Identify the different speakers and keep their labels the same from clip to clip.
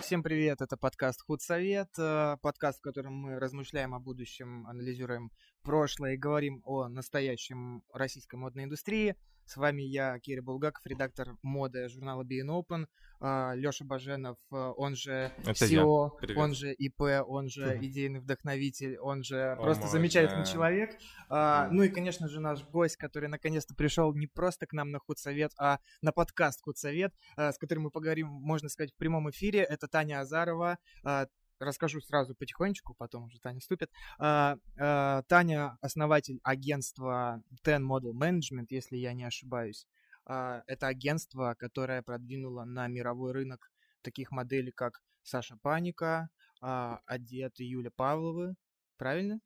Speaker 1: Всем привет, это подкаст «Худсовет», э, подкаст, в котором мы размышляем о будущем, анализируем прошлое и говорим о настоящем российской модной индустрии. С вами я, Кирилл Булгаков, редактор моды журнала Be Open, А, Лёша Баженов, э, он же
Speaker 2: Это я.
Speaker 1: SEO,
Speaker 2: Привет.
Speaker 1: он же ИП, он же идейный вдохновитель, он же
Speaker 2: О
Speaker 1: просто
Speaker 2: мой
Speaker 1: замечательный
Speaker 2: гад.
Speaker 1: человек. А,
Speaker 2: Мгм.
Speaker 1: Ну и, конечно же, наш гость, который наконец-то пришел не просто к нам на худсовет, а на подкаст худсовет, а, с которым мы поговорим, можно сказать, в прямом эфире. Это Таня Азарова. А, Расскажу сразу потихонечку, потом уже Таня ступит. А, а, Таня основатель агентства Ten Model Management, если я не ошибаюсь. А, Это агентство, которое продвинуло на мировой рынок таких моделей, как Саша Паника, а, Одет и Юля Павловы. Правильно?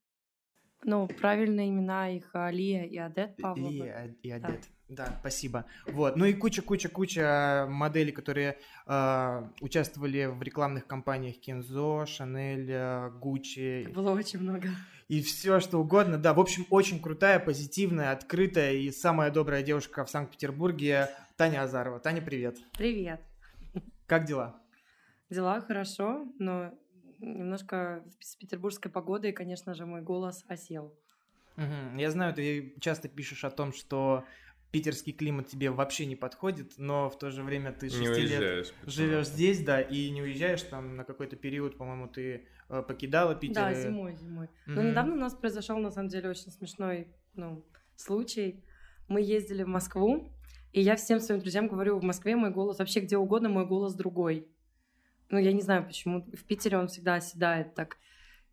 Speaker 3: Ну, правильные имена их а, Лия и Адет Павлова.
Speaker 1: И, о- и одет. Да, спасибо. Вот. Ну и куча-куча-куча моделей, которые а, участвовали в рекламных кампаниях Кинзо, Шанель, а, Гуччи
Speaker 3: Было очень много.
Speaker 1: и все что угодно. Да, в общем, очень крутая, позитивная, открытая и самая добрая девушка в Санкт-Петербурге Таня Азарова. Таня, привет.
Speaker 3: Привет.
Speaker 1: Как дела?
Speaker 3: Дела хорошо, но немножко с петербургской погодой, конечно же, мой голос осел.
Speaker 1: Мгм. Я знаю, ты часто пишешь о том, что питерский климат тебе вообще не подходит, но в то же время ты
Speaker 2: Не
Speaker 1: шести лет
Speaker 2: уезжаешь. пацан.
Speaker 1: живешь здесь, да, и не уезжаешь там на какой-то период, по-моему, ты э, покидала Питер.
Speaker 3: Да,
Speaker 1: и-
Speaker 3: зимой, зимой. Но
Speaker 1: Мгм.
Speaker 3: недавно у нас произошел, на самом деле, очень смешной ну, случай. Мы ездили в Москву, и я всем своим друзьям говорю, в Москве мой голос вообще где угодно, мой голос другой. Ну, я не знаю, почему. В Питере он всегда оседает так.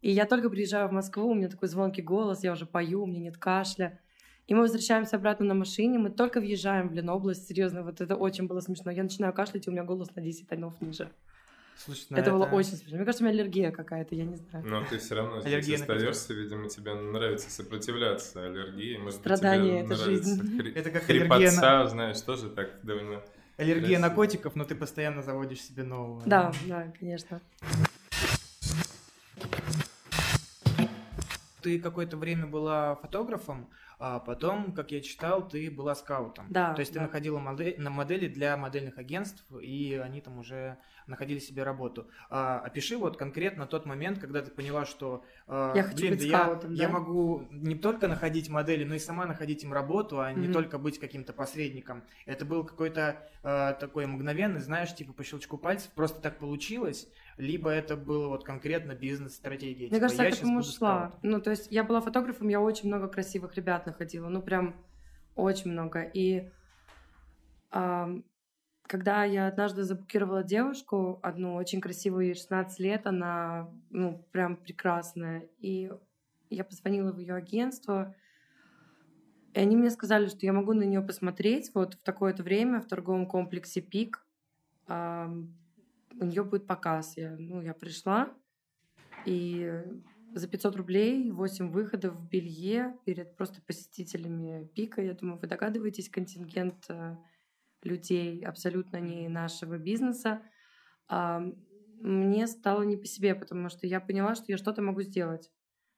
Speaker 3: И я только приезжаю в Москву, у меня такой звонкий голос, я уже пою, у меня нет кашля. И мы возвращаемся обратно на машине, мы только въезжаем в Ленобласть, серьезно, вот это очень было смешно. Я начинаю кашлять, и у меня голос на 10 тонов ниже.
Speaker 1: Слушай, ну
Speaker 3: Это, было очень смешно. Мне кажется, у меня аллергия какая-то, я не знаю.
Speaker 2: Но ты все равно здесь
Speaker 1: Аллергия на
Speaker 2: остаешься, видимо, тебе нравится сопротивляться аллергии. Может,
Speaker 3: Страдание
Speaker 2: тебе
Speaker 3: это
Speaker 2: нравится
Speaker 3: жизнь.
Speaker 2: хри-
Speaker 1: Это как
Speaker 2: хрипотца,
Speaker 1: аллергия
Speaker 2: знаешь, тоже так довольно...
Speaker 1: Аллергия на
Speaker 2: Красиво.
Speaker 1: котиков, но ты постоянно заводишь себе нового.
Speaker 3: Да, да, конечно.
Speaker 1: Ты какое-то время была фотографом, а потом, как я читал, ты была скаутом.
Speaker 3: Да,
Speaker 1: То есть ты
Speaker 3: да.
Speaker 1: находила моде- на модели для модельных агентств, и они там уже находили себе работу. А, опиши вот конкретно тот момент, когда ты поняла, что а,
Speaker 3: Я хочу
Speaker 1: блин,
Speaker 3: быть
Speaker 1: да я,
Speaker 3: скаутом,
Speaker 1: я
Speaker 3: да?
Speaker 1: могу не только находить модели, но и сама находить им работу, а не
Speaker 3: Мгм.
Speaker 1: только быть каким-то посредником. Это был какой-то а, такой мгновенный, знаешь, типа по щелчку пальцев, просто так получилось, либо это было вот конкретно бизнес-стратегия.
Speaker 3: Мне
Speaker 1: типа,
Speaker 3: кажется,
Speaker 1: я
Speaker 3: я к
Speaker 1: щас
Speaker 3: этому
Speaker 1: буду
Speaker 3: шла.
Speaker 1: скаутом.
Speaker 3: Ну, то есть я была фотографом, я очень много красивых ребят находила. Ну, прям очень много. И ам, когда я однажды забукировала девушку, одну очень красивую, ей 16 лет, она, ну, прям прекрасная. И я позвонила в ее агентство, и они мне сказали, что я могу на нее посмотреть вот в такое-то время в торговом комплексе Пик. Ам, у нее будет показ. Я, ну, я пришла, и за 500 рублей 8 выходов в белье перед просто посетителями пика. Я думаю, вы догадываетесь, контингент э, людей абсолютно не нашего бизнеса. А, Мне стало не по себе, потому что я поняла, что я что-то могу сделать.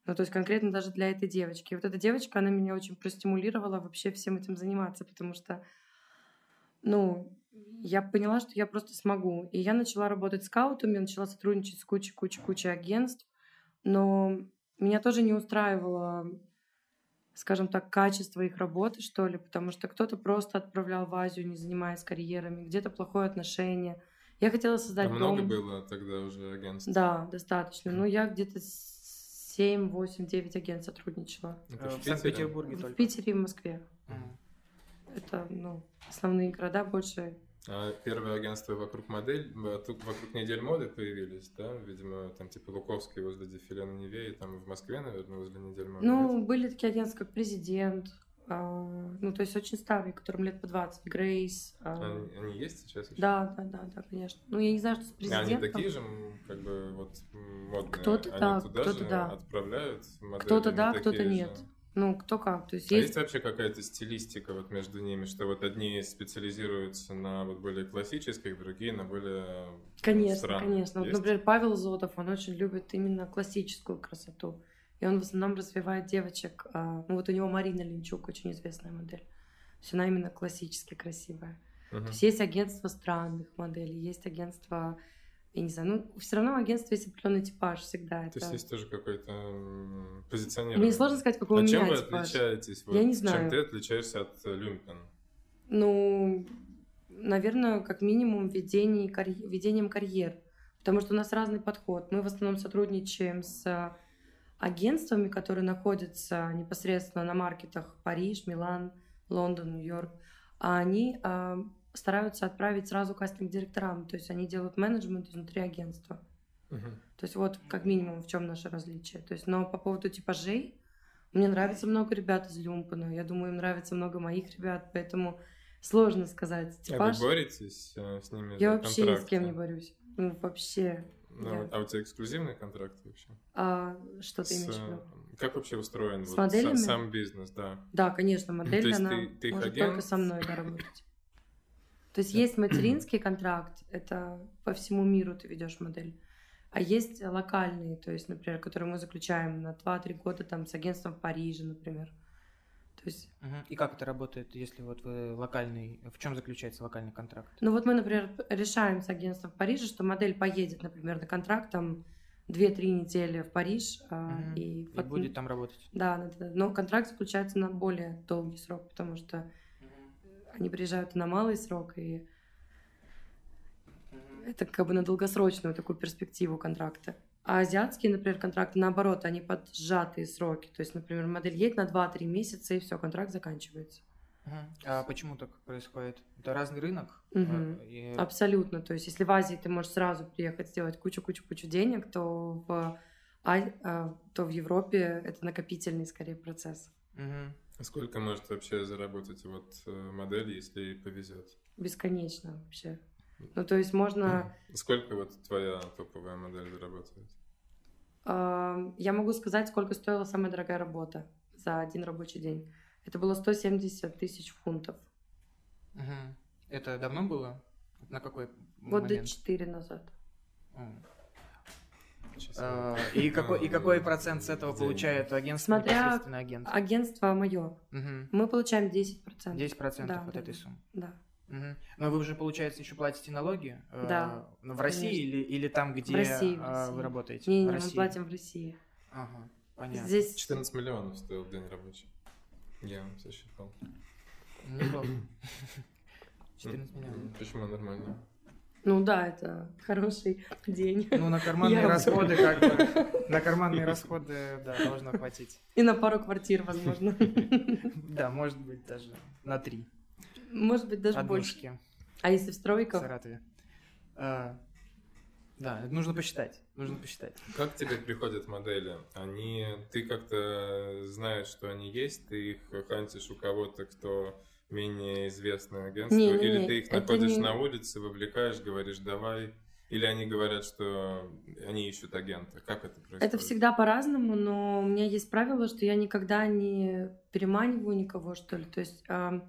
Speaker 3: Ну, то есть конкретно даже для этой девочки. И вот эта девочка, она меня очень простимулировала вообще всем этим заниматься, потому что, ну, я поняла, что я просто смогу. И я начала работать скаутом, я начала сотрудничать с кучей-кучей-кучей агентств, но меня тоже не устраивало, скажем так, качество их работы, что ли, потому что кто-то просто отправлял в Азию, не занимаясь карьерами, где-то плохое отношение. Я хотела создать
Speaker 2: Там много
Speaker 3: дом.
Speaker 2: было тогда уже агентств.
Speaker 3: Да, достаточно. Ну, я где-то 7, 8, 9 агент сотрудничала.
Speaker 2: Это
Speaker 1: Э,
Speaker 2: Ну, в
Speaker 1: В
Speaker 2: Питере?
Speaker 1: Санкт-Петербурге
Speaker 3: В
Speaker 1: только.
Speaker 3: Питере и в Москве.
Speaker 1: Мгм.
Speaker 3: Это, ну, основные города больше.
Speaker 2: А первое агентство вокруг модель, вокруг, вокруг недель моды появились, да? Видимо, там типа Луковский возле дефиле на Неве, и там в Москве, наверное, возле недель моды.
Speaker 3: Ну, были такие агентства, как «Президент», а, ну, то есть очень старые, которым лет по 20, «Грейс». а,
Speaker 2: нет? Они, они есть сейчас еще?
Speaker 3: Да, да, да, да, конечно. Ну, я не знаю, что с
Speaker 2: А Они
Speaker 3: президентом.
Speaker 2: такие же, м, как бы, вот, м, модные?
Speaker 3: Кто-то
Speaker 2: Они
Speaker 3: да,
Speaker 2: туда
Speaker 3: кто-то
Speaker 2: же
Speaker 3: да.
Speaker 2: отправляют модели?
Speaker 3: Кто-то
Speaker 2: Они
Speaker 3: да,
Speaker 2: такие
Speaker 3: кто-то
Speaker 2: же?
Speaker 3: нет. Ну, кто как. То есть
Speaker 2: А
Speaker 3: есть...
Speaker 2: есть вообще какая-то стилистика вот между ними, что вот одни специализируются на вот более классических, другие на более ну,
Speaker 3: Конечно,
Speaker 2: странных?
Speaker 3: конечно. Вот,
Speaker 2: Есть?
Speaker 3: например, Павел Зотов, он очень любит именно классическую красоту. И он в основном развивает девочек. а, Ну вот у него Марина Линчук, очень известная модель. То есть она именно классически красивая.
Speaker 2: Мгм.
Speaker 3: То есть есть агентство странных моделей, есть агентство я не знаю, ну, все равно агентство есть определенный типаж всегда.
Speaker 2: То есть
Speaker 3: это-
Speaker 2: есть тоже какой-то м, позиционирование.
Speaker 3: Мне сложно сказать, какой
Speaker 2: А
Speaker 3: у
Speaker 2: чем
Speaker 3: меня
Speaker 2: вы
Speaker 3: типаж.
Speaker 2: отличаетесь?
Speaker 3: Я не знаю.
Speaker 2: Чем ты отличаешься от э, Люмпен?
Speaker 3: Ну, наверное, как минимум введение карь- ведением карьер. Потому что у нас разный подход. Мы в основном сотрудничаем с а, агентствами, которые находятся непосредственно на маркетах Париж, Милан, Лондон, Нью-Йорк. А они а, стараются отправить сразу кастинг-директорам. То есть они делают менеджмент внутри агентства. То есть вот как минимум в чем наше различие. То есть, но по поводу типажей, мне нравится много ребят из Люмпана, я думаю, им нравится много моих ребят, поэтому сложно сказать
Speaker 2: А
Speaker 3: типаж.
Speaker 2: вы боретесь э, с ними
Speaker 3: я
Speaker 2: за
Speaker 3: вообще ни с кем не
Speaker 2: контракты?
Speaker 3: борюсь. Ну, вообще.
Speaker 2: Ну,
Speaker 3: Да.
Speaker 2: вот, А у тебя эксклюзивный контракт вообще?
Speaker 3: А, что ты
Speaker 2: С,
Speaker 3: имеешь в
Speaker 2: э,
Speaker 3: виду?
Speaker 2: Как вообще устроен
Speaker 3: С
Speaker 2: вот
Speaker 3: моделями?
Speaker 2: са- сам бизнес, да?
Speaker 3: Да, конечно, модель,
Speaker 2: Ну, То есть
Speaker 3: она
Speaker 2: ты- ты их
Speaker 3: может
Speaker 2: агент?
Speaker 3: только со мной да, работать. То есть
Speaker 2: Да.
Speaker 3: есть материнский контракт, это по всему миру ты ведешь модель. А есть локальные, то есть, например, которые мы заключаем на 2-3 года там с агентством в Париже, например. То есть
Speaker 1: Мгм. И как это работает, если вот вы локальный... В чем заключается локальный контракт?
Speaker 3: Ну вот мы, например, решаем с агентством в Париже, что модель поедет, например, на контракт там 2-3 недели в Париж. а,
Speaker 1: Мгм.
Speaker 3: И,
Speaker 1: И
Speaker 3: вот-
Speaker 1: будет там работать?
Speaker 3: Да, да, да. но контракт заключается на более долгий срок, потому что они приезжают на малый срок, и это как бы на долгосрочную такую перспективу контракта. А азиатские, например, контракты, наоборот, они под сжатые сроки. То есть, например, модель едет на 2-3 месяца, и все, контракт заканчивается.
Speaker 1: Мгм. А почему так происходит? Это разный рынок?
Speaker 3: Мгм.
Speaker 1: А, и-
Speaker 3: Абсолютно. То есть, если в Азии ты можешь сразу приехать сделать кучу-кучу-кучу денег, то в, Ай- а, то в Европе это накопительный скорее процесс.
Speaker 1: Мгм.
Speaker 2: Сколько может вообще заработать вот э, модель, если ей повезет?
Speaker 3: Бесконечно вообще. Ну, то есть можно...
Speaker 2: Сколько вот твоя топовая модель зарабатывает?
Speaker 3: а, я могу сказать, сколько стоила самая дорогая работа за один рабочий день. Это было 170 тысяч фунтов.
Speaker 1: Мгм. Это давно было? На какой
Speaker 3: Вот до
Speaker 1: момент?
Speaker 3: 4 назад.
Speaker 1: М.
Speaker 2: Сейчас
Speaker 1: А, И какой, и какой процент с этого
Speaker 2: Деньги.
Speaker 1: получает агентство,
Speaker 3: Смотря-
Speaker 1: непосредственно агент?
Speaker 3: Агентство мое.
Speaker 1: Мгм.
Speaker 3: Мы получаем 10%.
Speaker 1: 10%
Speaker 3: Да,
Speaker 1: от
Speaker 3: да,
Speaker 1: этой
Speaker 3: да.
Speaker 1: суммы.
Speaker 3: Да.
Speaker 1: Мгм. Но вы уже, получается, еще платите налоги? э,
Speaker 3: Да,
Speaker 1: ну, в России
Speaker 3: конечно.
Speaker 1: или, или там, где
Speaker 3: России, в
Speaker 1: а,
Speaker 3: России.
Speaker 1: вы работаете?
Speaker 3: Не, не,
Speaker 1: В
Speaker 3: мы
Speaker 1: России.
Speaker 3: платим в России.
Speaker 1: Ага, понятно.
Speaker 3: Здесь
Speaker 2: 14 миллионов стоил день рабочий. Я сосчитал.
Speaker 1: Неплохо. 14 миллионов.
Speaker 2: Почему нормально?
Speaker 3: Ну да, это хороший день.
Speaker 1: Ну, на карманные
Speaker 3: Я-
Speaker 1: расходы как бы... На карманные расходы, да, должно хватить.
Speaker 3: И на пару квартир, возможно.
Speaker 1: Да, может быть, даже на три.
Speaker 3: Может быть, даже больше.
Speaker 1: Однушки
Speaker 3: А если в
Speaker 1: в
Speaker 3: стройках?
Speaker 1: Саратове. А, Да, нужно посчитать. Нужно посчитать.
Speaker 2: Как тебе приходят модели? Они, ты как-то знаешь, что они есть, ты их хантишь у кого-то, кто менее известное агентство,
Speaker 3: Не, не,
Speaker 2: или
Speaker 3: не,
Speaker 2: ты их
Speaker 3: это
Speaker 2: находишь
Speaker 3: не-
Speaker 2: на улице, вовлекаешь, говоришь давай, или они говорят, что они ищут агента. Как это происходит?
Speaker 3: Это всегда по-разному, но у меня есть правило, что я никогда не переманиваю никого, что ли. То есть, а,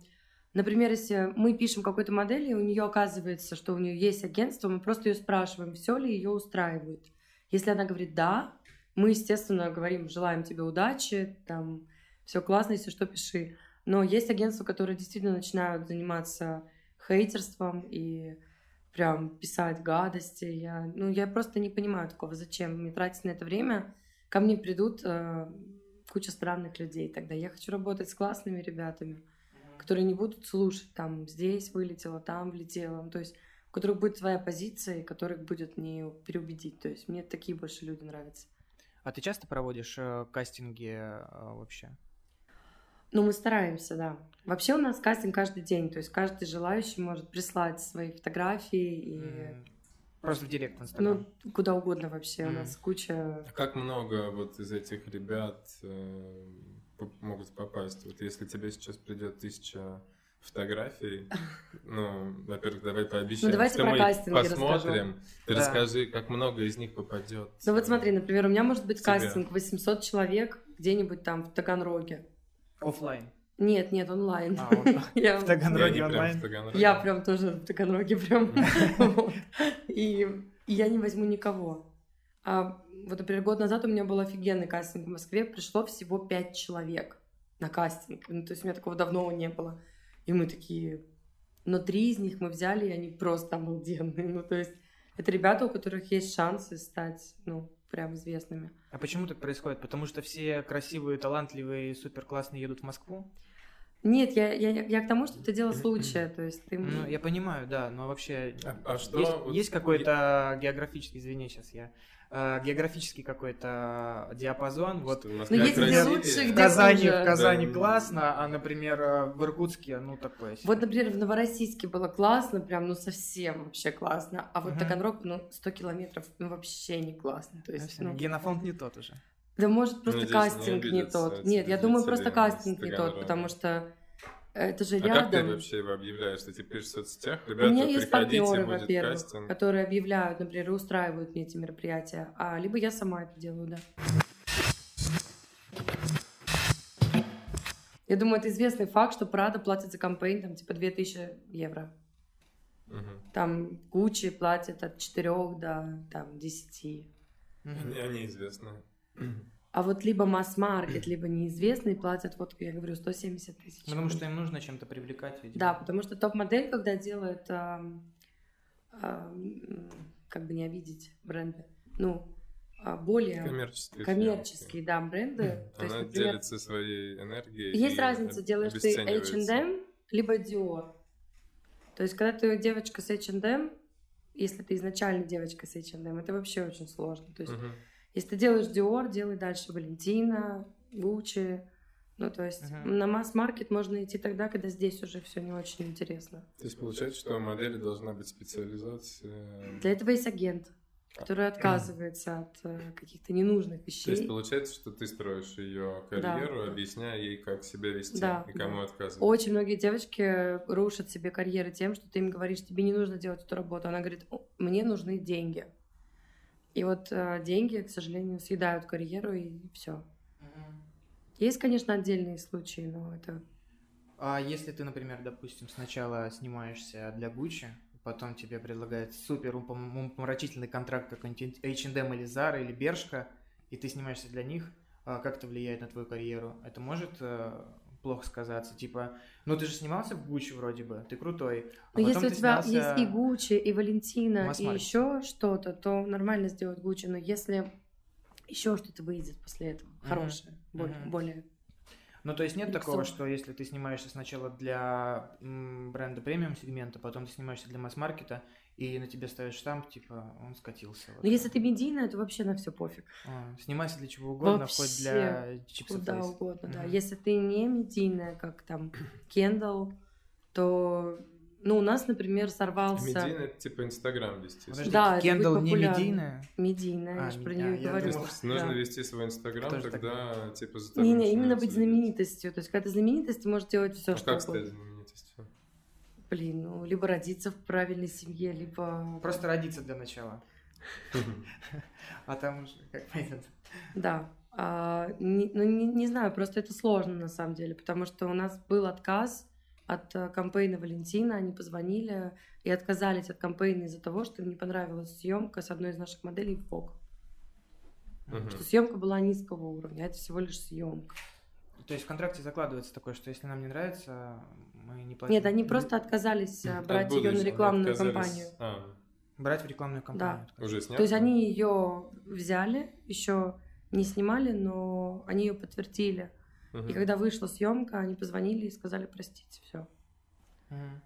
Speaker 3: например, если мы пишем какой-то модель, и у нее оказывается, что у нее есть агентство, мы просто ее спрашиваем, все ли ее устраивает. Если она говорит да, мы, естественно, говорим, желаем тебе удачи, там, все классно, если что, пиши. Но есть агентства, которые действительно начинают заниматься хейтерством и прям писать гадости. Я, ну, я просто не понимаю такого, зачем мне тратить на это время. Ко мне придут э, куча странных людей тогда. Я хочу работать с классными ребятами, которые не будут слушать, там, здесь вылетела, там влетела. Ну, То есть у которых будет своя позиция, и которых будет не переубедить. То есть мне такие больше люди нравятся.
Speaker 1: А ты часто проводишь э, кастинги э, вообще?
Speaker 3: Ну, мы стараемся, да. Вообще у нас кастинг каждый день, то есть каждый желающий может прислать свои фотографии и
Speaker 1: М, Просто в директ в Инстаграм.
Speaker 3: ну, куда угодно вообще. У
Speaker 1: Мгм.
Speaker 3: нас куча
Speaker 2: А Как много вот из этих ребят э, поп- могут попасть? Вот если тебе сейчас придет тысяча фотографий, ну, во-первых, давай пообещаем,
Speaker 3: Ну, давайте
Speaker 2: что
Speaker 3: про
Speaker 2: мы
Speaker 3: кастинги
Speaker 2: посмотрим. Ты
Speaker 1: Да.
Speaker 2: расскажи, как много из них попадет.
Speaker 3: Ну вот смотри, например, у меня может быть
Speaker 2: Тебя.
Speaker 3: кастинг 800 человек где-нибудь там в Таганроге.
Speaker 1: Оффлайн.
Speaker 3: Нет, нет, онлайн.
Speaker 1: А, вот.
Speaker 3: Я,
Speaker 1: В
Speaker 2: Я не
Speaker 1: Таганроге
Speaker 2: прям в
Speaker 1: онлайн.
Speaker 2: Таганроге.
Speaker 3: я прям тоже в Таганроге прям. Вот. И и я не возьму никого. А вот, например, год назад у меня был офигенный кастинг в Москве. Пришло всего 5 человек на кастинг. Ну, то есть у меня такого давно не было. И мы такие... Но три из них мы взяли, и они просто обалденные. Ну, то есть Это ребята, у которых есть шансы стать, ну, прям известными.
Speaker 1: А почему так происходит? Потому что все красивые, талантливые, супер классные едут в Москву?
Speaker 3: Нет, я, я, я к тому, что это дело случая, то есть ты...
Speaker 1: Ну, я понимаю, да, но вообще...
Speaker 2: А, а что?
Speaker 1: Есть,
Speaker 2: вот
Speaker 1: есть какой-то географический, извини, сейчас я... э, географический какой-то диапазон.
Speaker 2: что
Speaker 1: Вот
Speaker 2: в Москве
Speaker 3: Ну, есть где
Speaker 2: красивее?
Speaker 3: лучше,
Speaker 1: в
Speaker 3: где
Speaker 1: Казани,
Speaker 3: хуже.
Speaker 1: в Казани
Speaker 2: Да.
Speaker 1: классно, а, например, э, в Иркутске, ну, такое. себе.
Speaker 3: Вот, например, в Новороссийске было классно, прям, ну, совсем вообще классно, а вот
Speaker 1: Мгм.
Speaker 3: Таганрог, ну, 100 километров, ну, вообще не классно, то есть, ну,
Speaker 1: Генофонд не тот уже.
Speaker 3: Да может просто
Speaker 2: Надеюсь, не
Speaker 3: кастинг не,
Speaker 2: Ну, обидятся
Speaker 3: тот.
Speaker 2: эти
Speaker 3: Нет, я думаю просто
Speaker 2: зрители
Speaker 3: кастинг не
Speaker 2: Инстаграма.
Speaker 3: тот, потому что это же
Speaker 2: А как ты
Speaker 3: рядом.
Speaker 2: вообще его объявляешь? Ты типа пишешь в соцсетях,
Speaker 3: У
Speaker 2: ребята,
Speaker 3: меня есть
Speaker 2: приходите,
Speaker 3: партнеры,
Speaker 2: будет
Speaker 3: во-первых,
Speaker 2: кастинг.
Speaker 3: которые объявляют, например, и устраивают мне эти мероприятия, а либо я сама это делаю, да. Я думаю, это известный факт, что Прада платит за кампейн там типа 2000 евро.
Speaker 2: Мгм.
Speaker 3: Там Гуччи платит от 4 до там 10.
Speaker 2: Они, они известны.
Speaker 3: А вот либо масс-маркет, либо неизвестный платят, вот я говорю, 170 тысяч.
Speaker 1: Потому что им нужно чем-то привлекать, видимо.
Speaker 2: Типа.
Speaker 3: Да, потому что топ-модель, когда делают, ам, ам, как бы не обидеть бренды, ну, а, более
Speaker 2: Коммерческие.
Speaker 3: коммерческие, да, бренды.
Speaker 2: фирмы.
Speaker 3: То есть,
Speaker 2: Она
Speaker 3: например,
Speaker 2: делится своей энергией.
Speaker 3: есть
Speaker 2: и
Speaker 3: разница,
Speaker 2: об-
Speaker 3: делаешь ты
Speaker 2: обесценивается.
Speaker 3: H&M, либо Dior. То есть, когда ты девочка с H&M, если ты изначально девочка с H&M, это вообще очень сложно. То есть,
Speaker 2: Мгм.
Speaker 3: если ты делаешь Dior, делай дальше Валентина, Гуччи. Ну, то есть
Speaker 1: Мгм.
Speaker 3: на масс-маркет можно идти тогда, когда здесь уже все не очень интересно.
Speaker 2: То есть получается, что у модели должна быть специализация.
Speaker 3: Для этого есть агент, который отказывается от э, каких-то ненужных
Speaker 2: То есть
Speaker 3: вещей.
Speaker 2: получается, что ты строишь ее карьеру, объясняя ей, как себя вести
Speaker 3: Да,
Speaker 2: и кому отказывать.
Speaker 3: Очень многие девочки рушат себе карьеры тем, что ты им говоришь, тебе не нужно делать эту работу. Она говорит, «О, мне нужны деньги. И вот э, деньги, к сожалению, съедают карьеру и все.
Speaker 1: Мгм.
Speaker 3: Есть, конечно, отдельные случаи, но это
Speaker 1: А если ты, например, допустим, сначала снимаешься для Гуччи, потом тебе предлагают супер умопомрачительный контракт какой-нибудь H&M или Zara или Бершка, и ты снимаешься для них, а как это влияет на твою карьеру? Это может э, плохо сказаться? Типа, ну ты же снимался в Гуччи вроде бы, ты крутой. а потом
Speaker 3: Но Ну, если у
Speaker 1: ты
Speaker 3: тебя
Speaker 1: снялся-
Speaker 3: есть и Гуччи, и Валентина, и
Speaker 1: масс-маркете.
Speaker 3: еще что-то, то нормально сделать Гуччи. Но если еще что-то выйдет после этого, хорошее, более,
Speaker 1: мгм.
Speaker 3: более.
Speaker 1: Ну, то есть нет такого,
Speaker 3: Люксовый.
Speaker 1: что если ты снимаешься сначала для м, бренда премиум сегмента, потом ты снимаешься для масс-маркета, и на тебе ставят штамп, типа, он скатился. вот.
Speaker 3: Но Ну, если ты медийная, то вообще на все пофиг.
Speaker 1: А, Снимайся для чего угодно, хоть для чипсов.
Speaker 3: Куда угодно, да.
Speaker 1: Мгм.
Speaker 3: Если ты не медийная, как там Кендалл, то... Ну, у нас, например, сорвался...
Speaker 2: Медийно это типа Инстаграм вести.
Speaker 1: Подожди,
Speaker 3: Да, это
Speaker 1: Кендалл
Speaker 3: будет
Speaker 1: не
Speaker 3: популярно.
Speaker 1: медийная?
Speaker 3: Медийная,
Speaker 1: А,
Speaker 3: я же про
Speaker 1: а,
Speaker 3: нее и
Speaker 1: я
Speaker 2: То
Speaker 3: говорю.
Speaker 2: есть
Speaker 1: думал,
Speaker 3: что-
Speaker 2: нужно
Speaker 3: да.
Speaker 2: вести свой Инстаграм,
Speaker 1: Кто же
Speaker 2: тогда типа за тобой
Speaker 3: Не, не, именно
Speaker 2: начинают
Speaker 3: быть
Speaker 2: следить.
Speaker 3: знаменитостью. То есть, когда ты знаменитость, ты можешь делать все,
Speaker 2: А
Speaker 3: что
Speaker 2: как
Speaker 3: угодно.
Speaker 2: стать знаменитостью?
Speaker 3: Блин, ну, либо родиться в правильной семье, либо...
Speaker 1: Просто родиться для начала. А там уже как пойдет.
Speaker 3: Да. А, не- ну, не, не знаю, просто это сложно на самом деле, потому что у нас был отказ от э, кампейна Валентина, они позвонили и отказались от кампейна из-за того, что им не понравилась съемка с одной из наших моделей в Vogue.
Speaker 2: Мгм.
Speaker 3: Что съемка была низкого уровня, а это всего лишь съемка.
Speaker 1: То есть в контракте закладывается такое, что если нам не нравится, мы не платим.
Speaker 3: Нет, они просто отказались э, брать
Speaker 2: Отбудо
Speaker 3: ее на
Speaker 2: они
Speaker 3: рекламную
Speaker 2: Ну, отказались?
Speaker 3: кампанию.
Speaker 2: А,
Speaker 1: Брать в рекламную кампанию.
Speaker 2: уже снято?
Speaker 3: То есть они ее взяли, еще не снимали, но они ее подтвердили.
Speaker 2: Мгм.
Speaker 3: И когда вышла съемка, они позвонили и сказали простите, все.
Speaker 1: Мгм.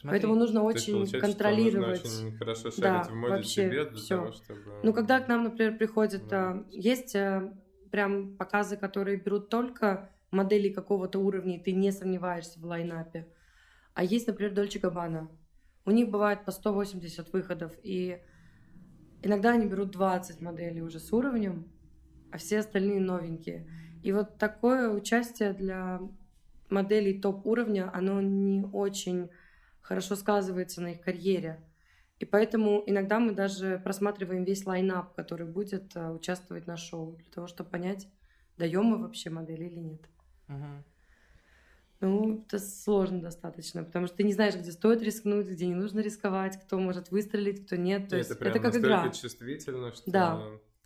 Speaker 1: Смотри.
Speaker 3: Поэтому ну- нужно
Speaker 2: То есть
Speaker 3: очень
Speaker 2: получается, что
Speaker 3: контролировать.
Speaker 2: нужно очень хорошо
Speaker 3: Да,
Speaker 2: шарить в моде
Speaker 3: вообще
Speaker 2: тебе для
Speaker 3: всё.
Speaker 2: того, чтобы...
Speaker 3: Ну, когда к нам, например, приходят,
Speaker 2: Да.
Speaker 3: а, есть а, прям показы, которые берут только модели какого-то уровня, и ты не сомневаешься в лайнапе. А есть, например, Дольче Габбана. У них бывает по 180 выходов, и иногда они берут 20 моделей уже с уровнем, а все остальные новенькие. И вот такое участие для моделей топ-уровня, оно не очень хорошо сказывается на их карьере. И поэтому иногда мы даже просматриваем весь лайнап, который будет а, участвовать на шоу, для того, чтобы понять, даем мы вообще модель или нет.
Speaker 1: Мгм.
Speaker 3: Ну, это сложно достаточно, потому что ты не знаешь, где стоит рискнуть, где не нужно рисковать, кто может выстрелить, кто нет. То
Speaker 2: И
Speaker 3: есть
Speaker 2: это прям
Speaker 3: это как
Speaker 2: настолько
Speaker 3: игра.
Speaker 2: чувствительно, что...
Speaker 3: Да.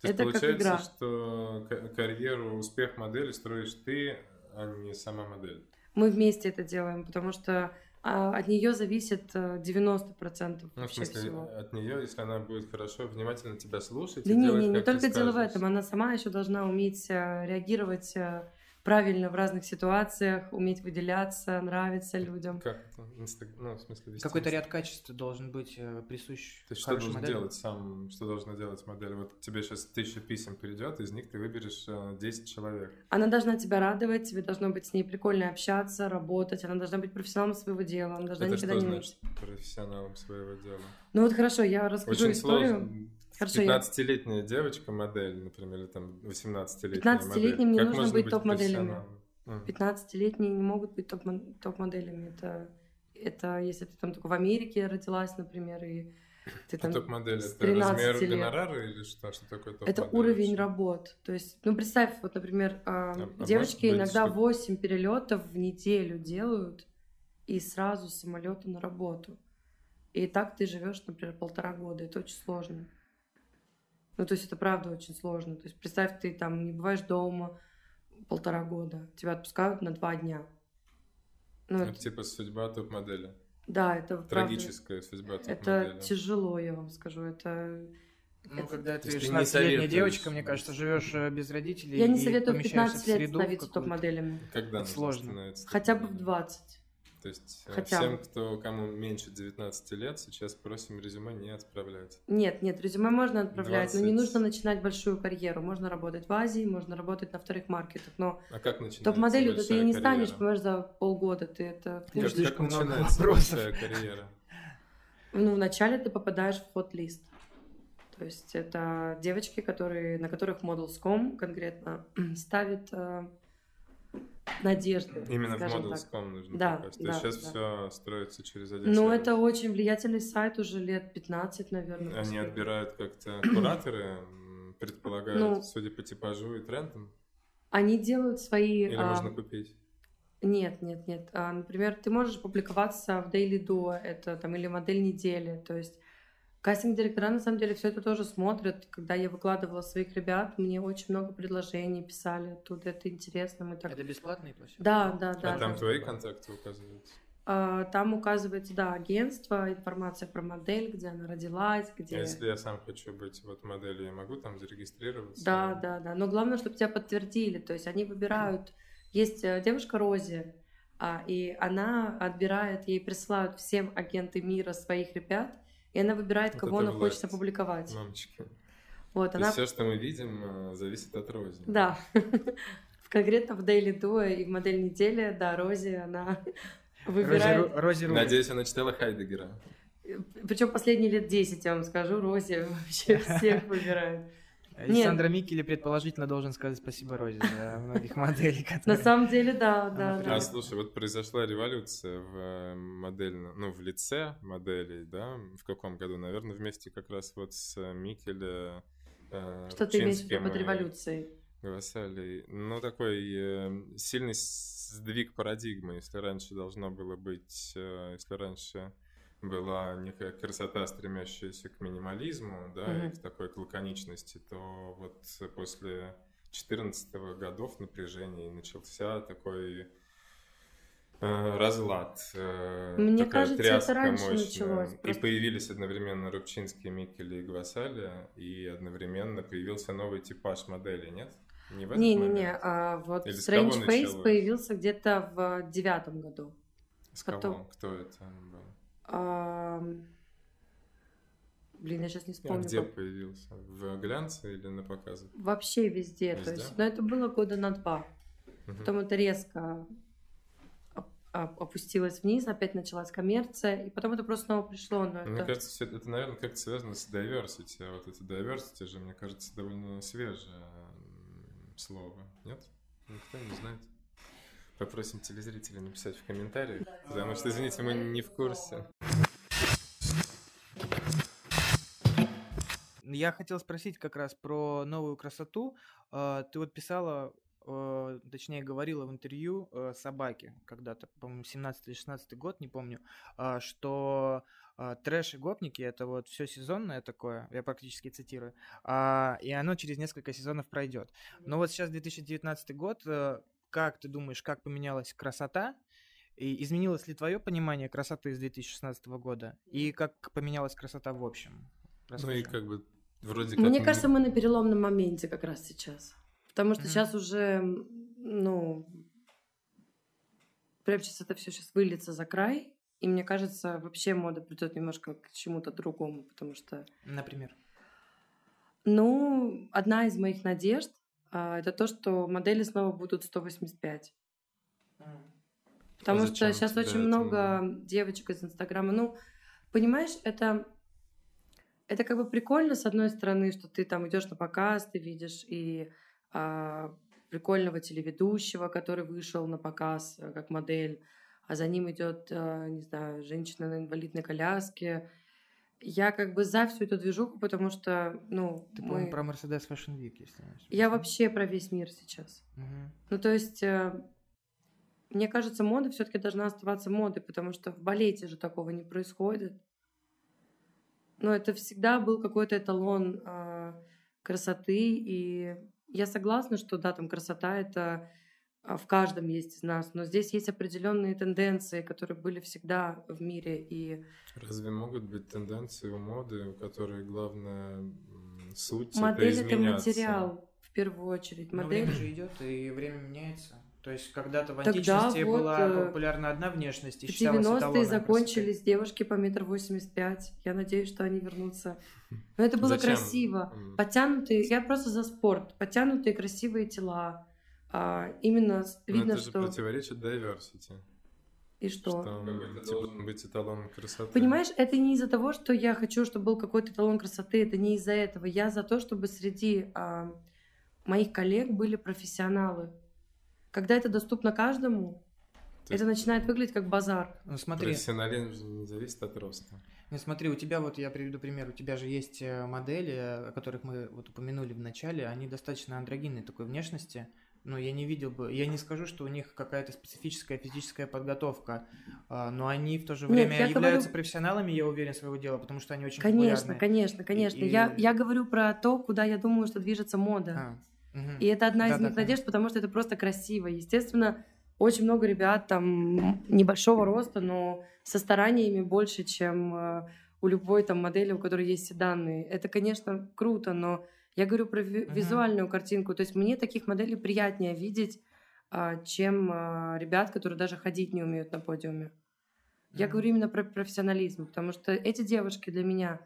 Speaker 2: То есть
Speaker 3: Это как
Speaker 2: получается,
Speaker 3: игра.
Speaker 2: что ка- карьеру, успех модели строишь ты, а не сама модель.
Speaker 3: Мы вместе это делаем, потому что а, от нее зависит э, 90%
Speaker 2: Ну, в
Speaker 3: вообще
Speaker 2: смысле,
Speaker 3: всего.
Speaker 2: от нее, если она будет хорошо, внимательно тебя слушать
Speaker 3: Да
Speaker 2: и
Speaker 3: не,
Speaker 2: делать,
Speaker 3: не, не
Speaker 2: как ты
Speaker 3: только дело в
Speaker 2: скажешь.
Speaker 3: этом. Она сама еще должна уметь э, реагировать э, правильно в разных ситуациях, уметь выделяться, нравиться людям.
Speaker 2: Как это? Инстаг- Ну, в смысле, вести
Speaker 4: Какой-то
Speaker 2: инст-
Speaker 4: ряд качеств должен быть э, присущ
Speaker 2: То есть что
Speaker 4: хорошей
Speaker 2: должен
Speaker 4: модели.
Speaker 2: делать сам, что должна делать модель? Вот тебе сейчас тысяча писем придет, из них ты выберешь э, 10 человек.
Speaker 3: Она должна тебя радовать, тебе должно быть с ней прикольно общаться, работать, она должна быть профессионалом своего дела, она должна
Speaker 2: это
Speaker 3: никогда
Speaker 2: что
Speaker 3: не
Speaker 2: значит профессионалом своего дела?
Speaker 3: Ну вот хорошо, я расскажу
Speaker 2: Очень
Speaker 3: историю.
Speaker 2: сложно.
Speaker 3: Хорошо, я-
Speaker 2: 15-летняя девочка модель, например, или там 18-летняя
Speaker 3: 15-летним
Speaker 2: модель.
Speaker 3: не
Speaker 2: Как
Speaker 3: нужно
Speaker 2: можно
Speaker 3: быть топ-моделями.
Speaker 2: профессионалом? Мгм.
Speaker 3: 15-летние не могут быть топ-мон- топ-моделями. Это, это если ты там только в Америке родилась, например, и
Speaker 2: А
Speaker 3: ты там...
Speaker 2: топ-модель
Speaker 3: с
Speaker 2: это размер
Speaker 3: 13 лет.
Speaker 2: гонорара или что? Что такое топ-модель?
Speaker 3: Это уровень
Speaker 2: вообще?
Speaker 3: работ. То есть, ну представь, вот, например, а,
Speaker 2: а
Speaker 3: девочки
Speaker 2: может быть,
Speaker 3: иногда
Speaker 2: что-
Speaker 3: 8 перелетов в неделю делают и сразу с самолета на работу. И так ты живешь, например, полтора года. Это очень сложно. Ну, то есть это правда очень сложно. То есть представь, ты там не бываешь дома полтора года, тебя отпускают на два дня. Ну,
Speaker 2: Это
Speaker 3: это-
Speaker 2: типа судьба топ-модели.
Speaker 3: да, это правда.
Speaker 2: Трагическая судьба топ-модели.
Speaker 3: Это тяжело, я вам скажу. Это
Speaker 4: Ну, когда
Speaker 2: То
Speaker 4: ты
Speaker 2: есть ты не
Speaker 4: 16-летняя
Speaker 2: советуешь?
Speaker 4: девочка, мне кажется, живешь э, без родителей
Speaker 3: я не
Speaker 4: и
Speaker 3: советую в
Speaker 4: помещаешься
Speaker 3: 15 лет
Speaker 4: среду
Speaker 3: становиться
Speaker 4: какую-то.
Speaker 3: топ-моделями.
Speaker 2: Когда нужно
Speaker 4: сложно.
Speaker 2: становиться
Speaker 3: Хотя бы в
Speaker 2: топ-моделью?
Speaker 3: 20.
Speaker 2: То есть э,
Speaker 3: Хотя
Speaker 2: всем,
Speaker 3: бы.
Speaker 2: кто кому меньше 19 лет, сейчас просим резюме не отправлять.
Speaker 3: Нет, нет, резюме можно отправлять, но
Speaker 2: 20.
Speaker 3: не нужно начинать большую карьеру. Можно работать в Азии, можно работать на вторых маркетах, но
Speaker 2: А как начинается
Speaker 3: топ-моделью ты
Speaker 2: большая
Speaker 3: и не станешь,
Speaker 2: карьера?
Speaker 3: понимаешь, за полгода ты это...
Speaker 2: Как,
Speaker 4: Уж
Speaker 2: как
Speaker 4: слишком много
Speaker 2: начинается
Speaker 4: вопросов.
Speaker 2: большая карьера?
Speaker 3: Ну, вначале ты попадаешь в ход-лист. То есть это девочки, которые, на которых Models.com конкретно ставит э, надежды.
Speaker 2: Именно в
Speaker 3: скажем так.
Speaker 2: Models.com нужно
Speaker 3: Да,
Speaker 2: попасть. То есть
Speaker 3: да,
Speaker 2: сейчас
Speaker 3: да.
Speaker 2: все строится через один
Speaker 3: Ну,
Speaker 2: сервис.
Speaker 3: это очень влиятельный сайт уже лет 15, наверное.
Speaker 2: Они
Speaker 3: после.
Speaker 2: отбирают как-то кураторы, м, предполагают,
Speaker 3: Ну.
Speaker 2: судя по типажу и трендам,
Speaker 3: Они делают свои...
Speaker 2: или
Speaker 3: а,
Speaker 2: можно купить.
Speaker 3: Нет, нет, нет. А, Например, ты можешь публиковаться в Daily Duo, это там или модель недели. То есть кастинг-директора на самом деле все это тоже смотрят. Когда я выкладывала своих ребят, мне очень много предложений писали оттуда. Это интересно, мы так.
Speaker 4: Это бесплатные площадки?
Speaker 3: Да, да, да.
Speaker 2: а там
Speaker 3: да.
Speaker 2: твои контакты указываются.
Speaker 3: А, Там указывается, да, агентство, информация про модель, где она родилась,
Speaker 2: А
Speaker 3: где.
Speaker 2: если я сам хочу быть вот моделью, я могу там зарегистрироваться?
Speaker 3: Да, да, да. Но главное, чтобы тебя подтвердили. То есть они выбирают. Есть э, девушка Рози, а, и она отбирает, ей присылают всем агенты мира своих ребят, и она выбирает,
Speaker 2: Вот
Speaker 3: кого
Speaker 2: это
Speaker 3: она хочет
Speaker 2: власть.
Speaker 3: опубликовать.
Speaker 2: Мамочки.
Speaker 3: Вот
Speaker 2: То
Speaker 3: она,
Speaker 2: все, что мы видим, э, зависит от рознь.
Speaker 3: да. В- Конкретно в Daily Duo и в модель недели, да, Рози, она выбирает.
Speaker 1: Рози, Рози Рубин.
Speaker 2: Надеюсь, она читала Хайдегера.
Speaker 3: Причем последние лет 10, я вам скажу, Рози вообще всех выбирает.
Speaker 1: Александра Микеле предположительно должен сказать спасибо Розе за многих моделей,
Speaker 3: На
Speaker 1: которые...
Speaker 3: самом деле, да, да,
Speaker 1: Она
Speaker 2: А
Speaker 3: да.
Speaker 1: прекрасна.
Speaker 2: слушай, вот произошла революция в э, модельном, ну, в лице моделей, да, в каком году? Наверное, вместе как раз вот с э, Микеле, э,
Speaker 3: Что ты имеешь в виду
Speaker 2: Рубчинским
Speaker 3: под
Speaker 2: и
Speaker 3: революцией?
Speaker 2: Гвасалей. Ну, такой э, сильный сдвиг парадигмы, если раньше должно было быть, э, если раньше была некая красота, стремящаяся к минимализму, да, и
Speaker 3: Мгм.
Speaker 2: к такой к лаконичности, то вот после 14 годов напряжений начался такой э, разлад. э,
Speaker 3: Мне
Speaker 2: такая
Speaker 3: кажется, это
Speaker 2: тряска
Speaker 3: раньше
Speaker 2: мощная.
Speaker 3: началось,
Speaker 2: И
Speaker 3: просто-
Speaker 2: появились одновременно Рубчинский, Микеле и Гвасали, и одновременно появился новый типаж модели, нет? Не в этот
Speaker 3: Не-не-не,
Speaker 2: момент?
Speaker 3: а вот
Speaker 2: Или с
Speaker 3: Strange
Speaker 2: кого
Speaker 3: Face
Speaker 2: началось?
Speaker 3: появился где-то в девятом году.
Speaker 2: С кого?
Speaker 3: потом.
Speaker 2: Кто это был?
Speaker 3: Ам, Блин, я сейчас не
Speaker 2: А
Speaker 3: вспомню.
Speaker 2: где
Speaker 3: как-
Speaker 2: появился? В глянце или на показах?
Speaker 3: Вообще везде, то
Speaker 2: Везде?
Speaker 3: есть, но это было года на два.
Speaker 2: Мгм.
Speaker 3: Потом это резко оп- оп- опустилось вниз, опять началась коммерция, и потом это просто снова пришло. Но
Speaker 2: Мне
Speaker 3: это...
Speaker 2: кажется, всё это, это, наверное, как-то связано с diversity. А вот это diversity же, мне кажется, довольно свежее м, слово. Нет? Никто не знает. Попросим телезрителей написать в комментариях, потому что, извините, мы не в курсе.
Speaker 1: Я хотел спросить как раз про новую красоту. Э, Ты вот писала, э, точнее говорила в интервью э, собаке когда-то, по-моему, 17 или 16 год, не помню, а, что а, трэш и гопники это вот все сезонное такое, я практически цитирую, а, и оно через несколько сезонов пройдет. Но вот сейчас 2019 год, э, как ты думаешь, как поменялась красота И изменилось ли твое понимание красоты с 2016 года? И как поменялась красота в общем?
Speaker 2: Ну и
Speaker 1: Расскажи.
Speaker 2: как бы вроде как...
Speaker 3: Мне
Speaker 2: мы-
Speaker 3: кажется, мы на переломном моменте как раз сейчас. Потому что
Speaker 1: Мгм.
Speaker 3: сейчас уже, ну, прям сейчас это все сейчас выльется за край. И мне кажется, вообще мода придет немножко к чему-то другому, потому что
Speaker 4: Например.
Speaker 3: Ну, одна из моих надежд а, это то, что модели снова будут 185.
Speaker 4: А,
Speaker 3: Потому что
Speaker 2: зачем
Speaker 3: сейчас
Speaker 2: тебе
Speaker 3: очень
Speaker 2: это
Speaker 3: много девочек из Инстаграма. Ну, понимаешь, это, это как бы прикольно, с одной стороны, что ты там идешь на показ, ты видишь и а, прикольного телеведущего, который вышел на показ э, как модель, а за ним идет, э, не знаю, женщина на инвалидной коляске. Я как бы за всю эту движуху, потому что, ну,
Speaker 4: Ты,
Speaker 3: мы-
Speaker 4: по-моему, про Mercedes Fashion Week, если не ошибаюсь,
Speaker 3: я
Speaker 4: да?
Speaker 3: вообще про весь мир сейчас.
Speaker 4: Мгм.
Speaker 3: Ну, то есть, э, мне кажется, мода все-таки должна оставаться модой, потому что в балете же такого не происходит. Но это всегда был какой-то эталон э, красоты, и я согласна, что да, там красота это а, в каждом есть из нас, но здесь есть определенные тенденции, которые были всегда в мире, и
Speaker 2: Разве могут быть тенденции у моды, у которой главная м, суть
Speaker 3: модель
Speaker 2: это
Speaker 3: это
Speaker 2: изменяться?
Speaker 3: материал в первую очередь.
Speaker 1: Ну,
Speaker 4: Но
Speaker 3: Модель
Speaker 4: Ну, время же идет, и время меняется. То есть когда-то в
Speaker 3: Тогда
Speaker 4: античности
Speaker 3: вот, э,
Speaker 4: была популярна одна внешность и
Speaker 3: В
Speaker 4: считалась
Speaker 3: 90-е
Speaker 4: эталоном
Speaker 3: закончились девушки по метр восемьдесят пять. Я надеюсь, что они вернутся. Но это было
Speaker 2: Зачем?
Speaker 3: красиво.
Speaker 2: М,
Speaker 3: Потянутые, я просто за спорт. Потянутые красивые тела. А, именно с-
Speaker 2: ну,
Speaker 3: видно,
Speaker 2: это же
Speaker 3: что...
Speaker 2: противоречит diversity.
Speaker 3: И что?
Speaker 2: Что м, типа, должен быть эталон красоты.
Speaker 3: Понимаешь, это не из-за того, что я хочу, чтобы был какой-то эталон красоты. Это не из-за этого. Я за то, чтобы среди а, моих коллег были профессионалы. Когда это доступно каждому,
Speaker 2: То
Speaker 3: это
Speaker 2: есть
Speaker 3: начинает выглядеть как базар.
Speaker 4: красоты. Ну смотри,
Speaker 2: Профессионализм же не зависит от роста.
Speaker 4: ну смотри, у тебя вот, я приведу пример, у тебя же есть э, модели, э, о которых мы вот упомянули в начале, они достаточно андрогинной такой внешности, но я не видел бы, я не скажу, что у них какая-то специфическая физическая подготовка, а, но они в то же
Speaker 3: Нет,
Speaker 4: время
Speaker 3: я
Speaker 4: являются
Speaker 3: говорю-
Speaker 4: профессионалами, я уверен, своего дела, потому что они очень
Speaker 3: Конечно,
Speaker 4: популярны.
Speaker 3: конечно, конечно. Я,
Speaker 4: и-
Speaker 3: я говорю про то, куда я думаю, что движется мода.
Speaker 4: А, мгм.
Speaker 3: И это одна из
Speaker 4: Да-да,
Speaker 3: моих надежд, потому что это просто красиво. Естественно, очень много ребят там небольшого роста, но со стараниями больше, чем э, у любой там модели, у которой есть все данные. Это, конечно, круто, но я говорю про ви-
Speaker 4: Мгм.
Speaker 3: визуальную картинку. То есть мне таких моделей приятнее видеть, а, чем а, ребят, которые даже ходить не умеют на подиуме. Я
Speaker 4: Мгм.
Speaker 3: говорю именно про профессионализм, потому что эти девушки для меня,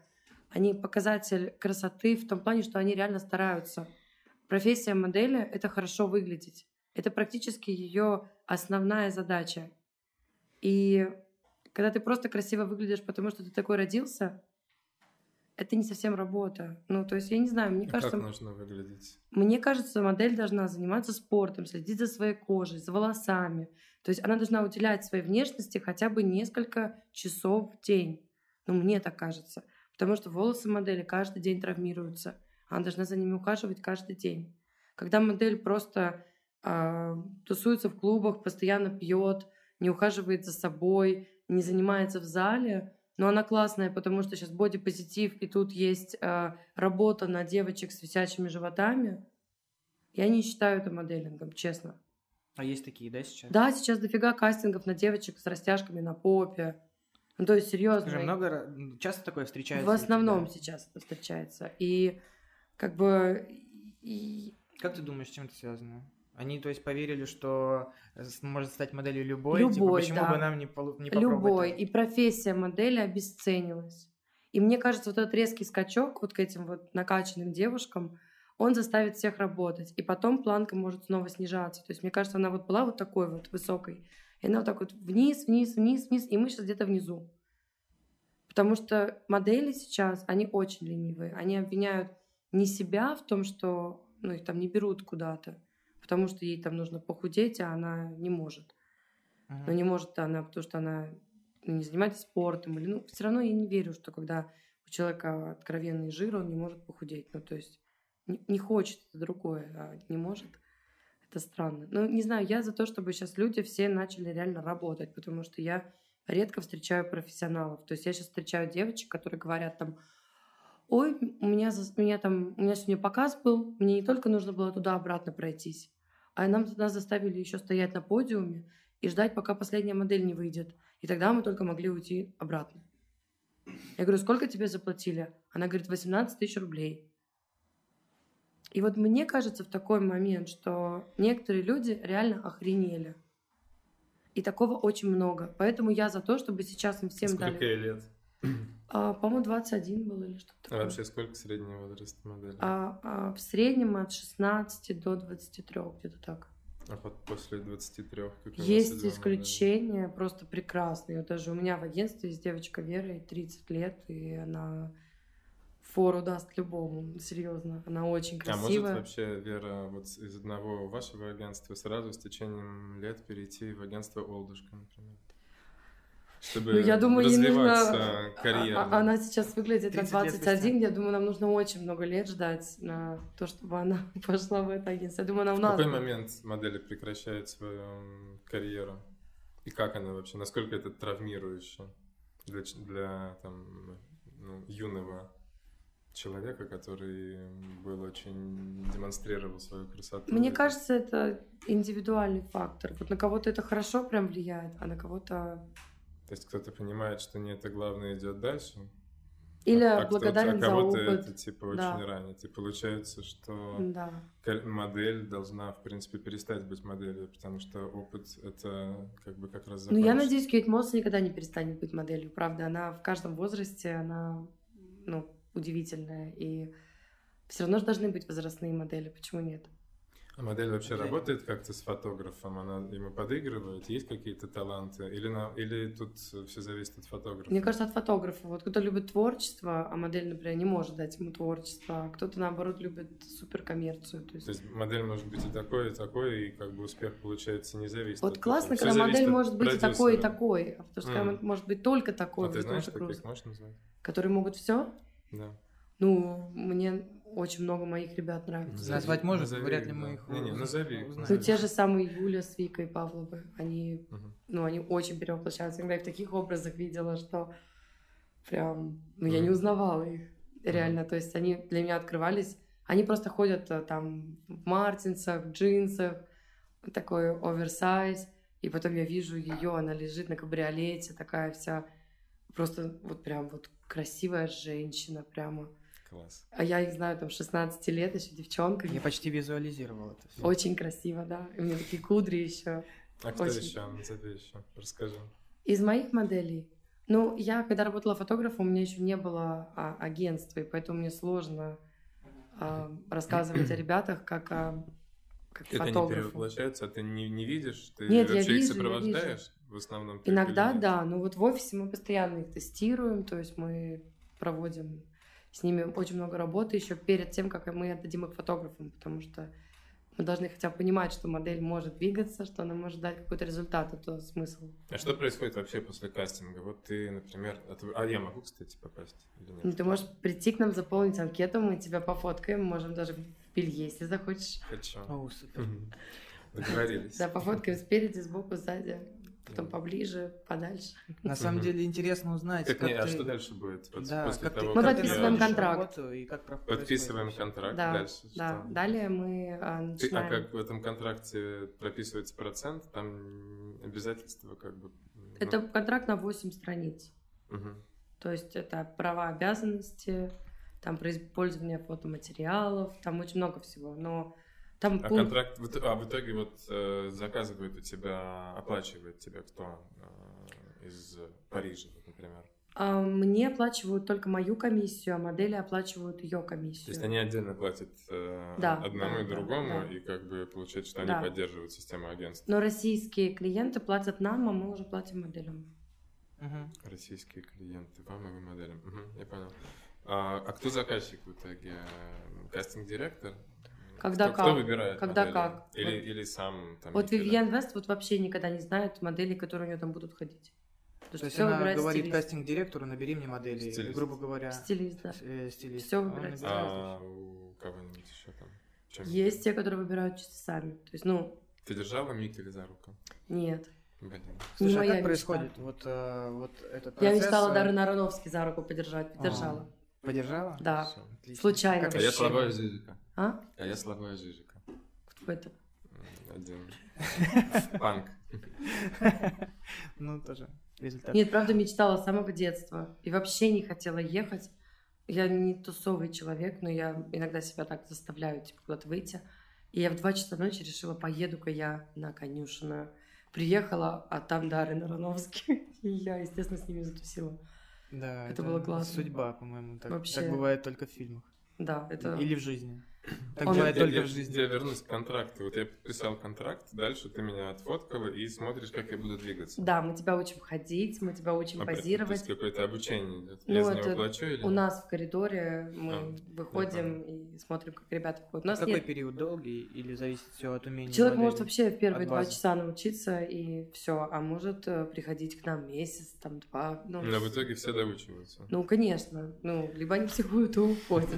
Speaker 3: они показатель красоты в том плане, что они реально стараются. Профессия модели — это хорошо выглядеть. Это практически ее основная задача. И когда ты просто красиво выглядишь, потому что ты такой родился, это не совсем работа. Ну, то есть, я не знаю, мне
Speaker 2: А
Speaker 3: кажется...
Speaker 2: Как нужно выглядеть?
Speaker 3: Мне кажется, модель должна заниматься спортом, следить за своей кожей, за волосами. То есть она должна уделять своей внешности хотя бы несколько часов в день. Ну, мне так кажется. Потому что волосы модели каждый день травмируются. Она должна за ними ухаживать каждый день. Когда модель просто а, тусуется в клубах, постоянно пьет, не ухаживает за собой, не занимается в зале, но она классная, потому что сейчас бодипозитив, и тут есть а, работа на девочек с висячими животами. Я не считаю это моделингом, честно.
Speaker 4: А есть такие, да, сейчас?
Speaker 3: Да, сейчас дофига кастингов на девочек с растяжками на попе. Ну, то есть, серьезно.
Speaker 4: Скажи, много, ра- м, часто такое встречается?
Speaker 3: В
Speaker 4: у тебя?
Speaker 3: основном сейчас это встречается. И как бы... и-
Speaker 4: Как ты думаешь, с чем это связано? Они, то есть, поверили, что э, с- может стать моделью любой,
Speaker 3: Любой,
Speaker 4: типа, почему
Speaker 3: да.
Speaker 4: бы нам не, полу- не попробовать?
Speaker 3: любой.
Speaker 4: так?
Speaker 3: И профессия модели обесценилась. И мне кажется, вот этот резкий скачок вот к этим вот накачанным девушкам, он заставит всех работать. И потом планка может снова снижаться. То есть, мне кажется, она вот была вот такой вот высокой. И она вот так вот вниз, вниз, вниз, вниз. И мы сейчас где-то внизу. Потому что модели сейчас, они очень ленивые. Они обвиняют не себя в том, что ну, их там не берут куда-то, потому что ей там нужно похудеть, а она не может.
Speaker 4: Мгм.
Speaker 3: Но не может она, потому что она ну, не занимается спортом. Или, ну, все равно я не верю, что когда у человека откровенный жир, он не может похудеть. Ну, то есть не, не хочет, это другое, а не может. Это странно. Ну, не знаю, я за то, чтобы сейчас люди все начали реально работать, потому что я редко встречаю профессионалов. То есть я сейчас встречаю девочек, которые говорят там, ой, у меня, зас- у меня там, у меня сегодня показ был, мне не только нужно было туда-обратно пройтись, а нам, нас заставили еще стоять на подиуме, и ждать, пока последняя модель не выйдет. И тогда мы только могли уйти обратно. Я говорю, сколько тебе заплатили? Она говорит, 18 тысяч рублей. И вот мне кажется в такой момент, что некоторые люди реально охренели. И такого очень много. Поэтому я за то, чтобы сейчас им всем
Speaker 2: Сколько
Speaker 3: дали.
Speaker 2: ей лет?
Speaker 3: А, по-моему, 21 было или что-то
Speaker 2: А
Speaker 3: такое.
Speaker 2: вообще сколько средний возраст модели? А,
Speaker 3: А, а, в среднем от 16 до 23, где-то так.
Speaker 2: А вот после 23 как у вас
Speaker 3: Есть
Speaker 2: идём,
Speaker 3: исключения просто прекрасные. Вот даже у меня в агентстве есть девочка Вера, ей 30 лет, и она фору даст любому, серьезно. Она очень
Speaker 2: да. А может
Speaker 3: красивая.
Speaker 2: вообще, Вера, вот с- из одного вашего агентства сразу с течением лет перейти в агентство Олдушка, например? Чтобы
Speaker 3: Ну, я думаю, ей нужно...
Speaker 2: развиваться карьерно.
Speaker 3: А- а- Она сейчас выглядит на
Speaker 4: 30 лет
Speaker 3: 21, я думаю, нам нужно очень много лет ждать на то, чтобы она пошла в это агентство. Я думаю, она у
Speaker 2: В
Speaker 3: нас...
Speaker 2: какой
Speaker 3: будет.
Speaker 2: момент модели прекращают свою м, карьеру? И как она вообще? Насколько это травмирующе для, ч- для там, ну, юного человека, который был очень демонстрировал свою красоту?
Speaker 3: Мне
Speaker 2: Это-
Speaker 3: кажется, это индивидуальный фактор. Вот на кого-то это хорошо прям влияет, а на кого-то...
Speaker 2: То есть кто-то понимает, что не это главное идет дальше?
Speaker 3: Или
Speaker 2: а, а кто-то-
Speaker 3: благодарен
Speaker 2: а
Speaker 3: за
Speaker 2: кого-то
Speaker 3: опыт.
Speaker 2: это типа
Speaker 3: Да.
Speaker 2: очень ранит. И получается, что
Speaker 3: Да.
Speaker 2: кар- модель должна, в принципе, перестать быть моделью, потому что опыт это как бы как раз
Speaker 3: Ну, я
Speaker 2: запас.
Speaker 3: надеюсь, Кейт Мосс никогда не перестанет быть моделью, правда. Она в каждом возрасте, она, ну, удивительная. И все равно же должны быть возрастные модели, почему нет?
Speaker 2: А модель вообще
Speaker 4: Женя.
Speaker 2: работает как-то с фотографом? Она ему подыгрывает? Есть какие-то таланты? Или, на, или тут все зависит от фотографа?
Speaker 3: Мне кажется, от фотографа. Вот кто-то любит творчество, а модель, например, не может дать ему творчество, а кто-то, наоборот, любит суперкоммерцию. То есть...
Speaker 2: То есть модель может быть и такой, и такой, и как бы успех получается не зависит.
Speaker 3: вот
Speaker 2: от
Speaker 3: классно,
Speaker 2: этого. Всё
Speaker 3: когда модель
Speaker 2: зависит от
Speaker 3: может быть и такой, и
Speaker 2: продюсера.
Speaker 3: такой, а потому что когда
Speaker 2: Мгм.
Speaker 3: мо- может быть только такой,
Speaker 2: А ты
Speaker 3: вот
Speaker 2: знаешь,
Speaker 3: это
Speaker 2: таких
Speaker 3: грустно.
Speaker 2: можешь назвать?
Speaker 3: которые могут все.
Speaker 2: Да.
Speaker 3: Ну, мне очень много моих ребят нравится.
Speaker 2: Назови-
Speaker 4: Назвать можешь? Вряд ли
Speaker 2: их,
Speaker 4: мы
Speaker 2: да.
Speaker 4: их
Speaker 2: Не-не,
Speaker 4: уз-
Speaker 2: назови их,
Speaker 4: узнаем.
Speaker 3: Ну,
Speaker 2: назови.
Speaker 3: те же самые Юля с Викой Павловой, они,
Speaker 2: Мгм.
Speaker 3: ну, они очень перевоплощаются. Иногда я в таких образах видела, что прям, ну, я
Speaker 2: Мгм.
Speaker 3: не узнавала их реально. То есть они для меня открывались. Они просто ходят э, там в мартинсах, в джинсах, такой оверсайз. И потом я вижу ее, она лежит на кабриолете, такая вся просто вот прям вот красивая женщина прямо.
Speaker 2: Класс.
Speaker 3: А я их знаю там 16 лет, еще девчонками.
Speaker 4: Я почти визуализировал это все.
Speaker 3: Очень красиво, да. И у меня такие кудри еще.
Speaker 2: А кто
Speaker 3: Очень.
Speaker 2: еще? Назови еще. Расскажи.
Speaker 3: Из моих моделей. Ну, я когда работала фотографом, у меня еще не было а, агентства, и поэтому мне сложно а, рассказывать о ребятах как, о- как
Speaker 2: Это не
Speaker 3: фотографу.
Speaker 2: перевоплощается, а ты не, не видишь? Ты
Speaker 3: Нет, я
Speaker 2: вообще их
Speaker 3: вижу, я
Speaker 2: сопровождаешь? В основном так или
Speaker 3: Иногда,
Speaker 2: нет?
Speaker 3: да, но вот в офисе мы постоянно их тестируем, то есть мы проводим с ними очень много работы еще перед тем, как мы отдадим их фотографам, потому что мы должны хотя бы понимать, что модель может двигаться, что она может дать какой-то результат, это смысл.
Speaker 2: А что происходит вообще после кастинга? Вот ты, например, а, ты- а я могу, кстати, попасть или нет?
Speaker 3: Ну, ты можешь прийти к нам, заполнить анкету, мы тебя пофоткаем, можем даже в белье, если захочешь.
Speaker 2: Хочу.
Speaker 4: Оу, супер.
Speaker 2: Мгм. Договорились.
Speaker 3: Да, пофоткаем спереди, сбоку, сзади, потом
Speaker 2: Да.
Speaker 3: поближе, подальше.
Speaker 4: На самом
Speaker 2: Мгм.
Speaker 4: деле интересно узнать,
Speaker 2: Так, не, а
Speaker 4: ты-
Speaker 2: что дальше будет? Вот
Speaker 4: Да,
Speaker 2: после
Speaker 4: как ты-
Speaker 2: того,
Speaker 3: Мы
Speaker 2: как
Speaker 3: подписываем
Speaker 2: я-
Speaker 4: находишь
Speaker 3: контракт.
Speaker 4: работу и как проходит
Speaker 2: Подписываем
Speaker 4: всё.
Speaker 2: контракт.
Speaker 3: Да,
Speaker 2: Дальше
Speaker 3: Да,
Speaker 2: что?
Speaker 3: далее мы а,
Speaker 2: Ты- а
Speaker 3: начинаем.
Speaker 2: как в этом контракте прописывается процент, там м, обязательства как бы. ну,
Speaker 3: Это контракт на 8 страниц.
Speaker 2: мгм.
Speaker 3: То есть это права, обязанности, там про использование фотоматериалов, там очень много всего. Но там
Speaker 2: А
Speaker 3: пункт-
Speaker 2: контракт, в ит- а в итоге вот э, заказывает у тебя, оплачивает тебя кто э, из Парижа, например?
Speaker 3: а, мне оплачивают только мою комиссию, а модели оплачивают ее комиссию.
Speaker 2: То есть они отдельно платят э,
Speaker 3: Да,
Speaker 2: одному
Speaker 3: да,
Speaker 2: и
Speaker 3: да,
Speaker 2: другому,
Speaker 3: да.
Speaker 2: и как бы получается, что они
Speaker 3: Да.
Speaker 2: поддерживают систему агентств.
Speaker 3: Но российские клиенты платят нам, а мы уже платим моделям.
Speaker 4: Мгм.
Speaker 2: Российские клиенты, вам и вы модели. Мгм, я понял. А, а кто заказчик в итоге? Кастинг-директор?
Speaker 3: Когда
Speaker 2: кто, Кто
Speaker 3: как?
Speaker 2: выбирает
Speaker 3: Когда
Speaker 2: модели?
Speaker 3: как?
Speaker 2: Или,
Speaker 3: Вот-
Speaker 2: или сам там... А,
Speaker 3: Вот
Speaker 2: Никита?
Speaker 3: Вивьен Вест вот вообще никогда не знает моделей, которые у нее там будут ходить. Потому
Speaker 4: То
Speaker 3: что
Speaker 4: есть
Speaker 3: все
Speaker 4: она
Speaker 3: выбирает
Speaker 4: говорит
Speaker 3: стилист.
Speaker 4: кастинг-директору, набери мне модели, и,
Speaker 2: Стилист.
Speaker 4: грубо говоря,
Speaker 3: Стилист, да.
Speaker 4: с- э, стилист.
Speaker 3: Всё
Speaker 4: Он
Speaker 3: выбирает.
Speaker 4: набирает.
Speaker 2: А у кого-нибудь еще там? Чем-
Speaker 3: Есть те, которые выбирают чисто сами. То есть, ну,
Speaker 2: Ты держала Микеля за руку?
Speaker 3: нет.
Speaker 2: Блин.
Speaker 4: Слушай,
Speaker 3: не
Speaker 4: а
Speaker 3: моя
Speaker 4: как
Speaker 3: мечта.
Speaker 4: происходит вот, э, вот этот
Speaker 3: Я
Speaker 4: процесс?
Speaker 3: мечтала
Speaker 4: э,
Speaker 3: Даррен Аронофски за руку подержать, подержала.
Speaker 4: Поддержала?
Speaker 3: Да.
Speaker 4: Всё, отлично.
Speaker 3: Случайно.
Speaker 4: Как
Speaker 2: А я
Speaker 4: ощущение?
Speaker 2: слабая Жижика.
Speaker 3: А?
Speaker 2: А я слабая Жижика.
Speaker 3: Кто это?
Speaker 2: М, Один. Панк.
Speaker 1: Ну, тоже результат.
Speaker 3: Нет, правда, мечтала с самого детства. И вообще не хотела ехать. Я не тусовый человек, но я иногда себя так заставляю, типа, куда-то выйти. И я в 2 часа ночи решила, поеду-ка я на конюшину. Приехала, а там Даррен Ароновский. И я, естественно, с ними затусила.
Speaker 1: Да,
Speaker 3: Это было классно.
Speaker 1: Судьба, по-моему, так,
Speaker 3: Вообще.
Speaker 1: так бывает только в фильмах.
Speaker 3: Да, это...
Speaker 1: Или в жизни. Так
Speaker 3: Он-
Speaker 1: бывает
Speaker 2: Я-
Speaker 1: только
Speaker 2: я-
Speaker 1: в жизни.
Speaker 2: Я вернусь к контракту. Вот я подписал контракт, дальше ты меня отфоткала и смотришь, как я буду двигаться.
Speaker 3: Да, мы тебя учим ходить, мы тебя учим
Speaker 2: А, то есть
Speaker 3: позировать.
Speaker 2: какое-то обучение идет.
Speaker 3: Ну,
Speaker 2: я за него
Speaker 3: это
Speaker 2: плачу или
Speaker 3: У
Speaker 2: нет?
Speaker 3: нас в коридоре мы
Speaker 2: А,
Speaker 3: выходим и смотрим, как ребята ходят. У нас
Speaker 1: А Какой
Speaker 3: нет...
Speaker 1: период долгий или зависит все от умения?
Speaker 3: Человек
Speaker 1: модели?
Speaker 3: может вообще в первые
Speaker 1: от
Speaker 3: два
Speaker 1: базы.
Speaker 3: часа научиться и все, а может э, приходить к нам месяц, там два. Ну,
Speaker 2: Но в итоге все доучиваются.
Speaker 3: ну, конечно. Ну, либо они психуют и уходят.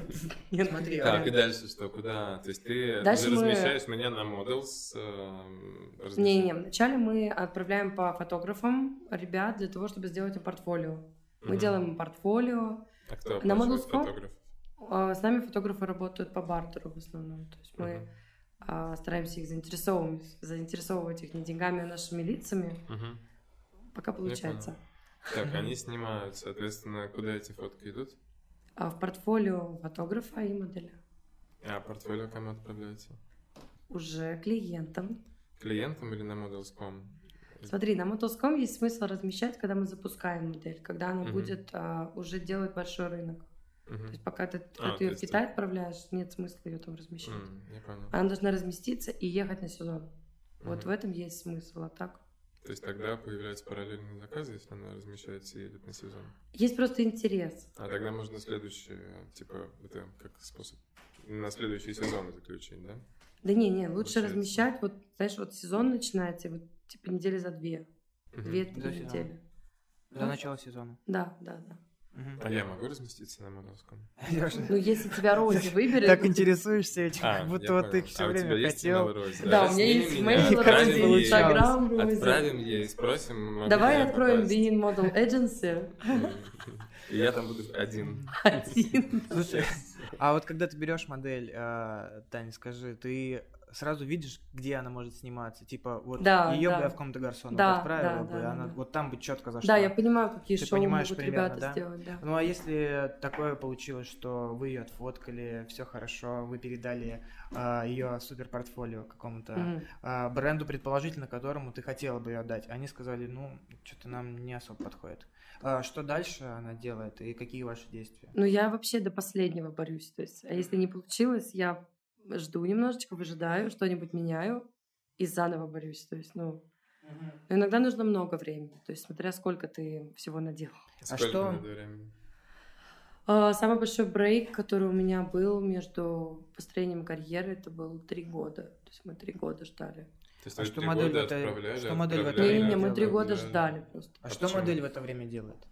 Speaker 3: Нет,
Speaker 1: Смотри, а
Speaker 2: Так,
Speaker 1: реально.
Speaker 2: и дальше что? Куда? То есть ты
Speaker 3: Дальше
Speaker 2: уже
Speaker 3: мы-
Speaker 2: размещаешь меня на Models? эм, размещаешь.
Speaker 3: Не-не, вначале мы отправляем по фотографам ребят для того, чтобы сделать им портфолио. Мы
Speaker 2: Мгм.
Speaker 3: делаем им портфолио.
Speaker 2: А кто
Speaker 3: на
Speaker 2: оплачивает
Speaker 3: Models.com?
Speaker 2: фотограф?
Speaker 3: А, С нами фотографы работают по бартеру в основном. То есть мы
Speaker 2: Мгм.
Speaker 3: а, стараемся их заинтересовывать, заинтересовывать их не деньгами, а нашими лицами.
Speaker 2: Мгм.
Speaker 3: Пока получается.
Speaker 2: Так, они снимают, соответственно, куда эти фотки идут?
Speaker 3: А в портфолио фотографа и моделя.
Speaker 2: А портфолио кому отправляется?
Speaker 3: Уже клиентам.
Speaker 2: Клиентам или на Models.com?
Speaker 3: Смотри, на Мотоском есть смысл размещать, когда мы запускаем модель, когда она
Speaker 2: Мгм.
Speaker 3: будет а, уже делать большой рынок. То
Speaker 2: Мгм.
Speaker 3: есть пока ты,
Speaker 2: А,
Speaker 3: когда
Speaker 2: то
Speaker 3: ты ее в
Speaker 2: есть
Speaker 3: Китай отправляешь, нет смысла ее там размещать.
Speaker 2: М, Я понял.
Speaker 3: Она должна разместиться и ехать на сезон. А, Вот
Speaker 2: Мгм.
Speaker 3: в этом есть смысл, а так?
Speaker 2: То есть тогда появляются параллельные заказы, если она размещается и едет на сезон.
Speaker 3: Есть просто интерес.
Speaker 2: А тогда можно следующий, типа, это как способ на следующий сезон заключить, да?
Speaker 3: Да не, не, лучше
Speaker 2: Получается.
Speaker 3: размещать, вот, знаешь, вот сезон начинается, вот, типа, недели за две,
Speaker 2: Мгм.
Speaker 1: За
Speaker 3: две-три
Speaker 1: сезон.
Speaker 3: недели.
Speaker 1: До начала сезона.
Speaker 3: Да, да, да.
Speaker 1: Мгм.
Speaker 2: А я могу разместиться на Models.com?
Speaker 1: Лёша,
Speaker 3: Ну, если тебя Рози выберет...
Speaker 5: Так интересуешься этим,
Speaker 2: А,
Speaker 5: как
Speaker 2: я
Speaker 5: будто вот ты
Speaker 2: понял.
Speaker 5: все
Speaker 2: А у тебя
Speaker 5: время
Speaker 2: есть
Speaker 5: хотел.
Speaker 2: email Rose,
Speaker 3: Да, у меня
Speaker 2: Сними
Speaker 3: есть
Speaker 2: меня,
Speaker 3: мейл,
Speaker 2: отправим
Speaker 5: Рози,
Speaker 2: ей-
Speaker 3: Инстаграм, Рози.
Speaker 2: Отправим ей, спросим. могу ли
Speaker 3: Давай
Speaker 2: я
Speaker 3: откроем
Speaker 2: попасть.
Speaker 3: Being Model Agency
Speaker 2: И я там буду один.
Speaker 1: Ну
Speaker 3: один.
Speaker 1: Слушай, а вот когда ты берешь модель, э, Таня, скажи, ты сразу видишь, где она может сниматься? Типа, вот
Speaker 3: Да,
Speaker 1: ее
Speaker 3: да.
Speaker 1: бы я в ком-то гарсону
Speaker 3: Да,
Speaker 1: отправила
Speaker 3: да,
Speaker 1: бы,
Speaker 3: да,
Speaker 1: она
Speaker 3: да.
Speaker 1: вот там бы четко зашла.
Speaker 3: Да, я понимаю, какие
Speaker 1: Ты
Speaker 3: шоу
Speaker 1: понимаешь
Speaker 3: могут
Speaker 1: примерно,
Speaker 3: ребята
Speaker 1: да?
Speaker 3: сделать, да.
Speaker 1: Ну а если такое получилось, что вы ее отфоткали, все хорошо, вы передали ее суперпортфолио какому-то
Speaker 3: Мгм.
Speaker 1: а, бренду, предположительно, которому ты хотела бы ее дать. Они сказали, ну, что-то нам не особо подходит. А, что дальше она делает и какие ваши действия?
Speaker 3: Ну, я вообще до последнего борюсь. То есть, а если не получилось, я жду немножечко, выжидаю, что-нибудь меняю и заново борюсь. То есть, ну, но иногда нужно много времени. То есть, смотря сколько ты всего наделал.
Speaker 2: Сколько
Speaker 1: что?
Speaker 2: надо времени?
Speaker 3: А, Самый большой брейк, который у меня был между построением карьеры, это было три года. То есть мы три года ждали.
Speaker 2: То есть
Speaker 1: А
Speaker 2: вы
Speaker 1: что
Speaker 2: три
Speaker 1: модель
Speaker 2: года
Speaker 1: в это-
Speaker 2: отправляли,
Speaker 1: что модель в это
Speaker 2: отправляли,
Speaker 1: время
Speaker 3: Не-не-не, мы три
Speaker 1: делала,
Speaker 3: года
Speaker 2: отправляли.
Speaker 3: ждали просто.
Speaker 1: А
Speaker 2: А
Speaker 1: что
Speaker 2: почему?
Speaker 1: модель в это время делает?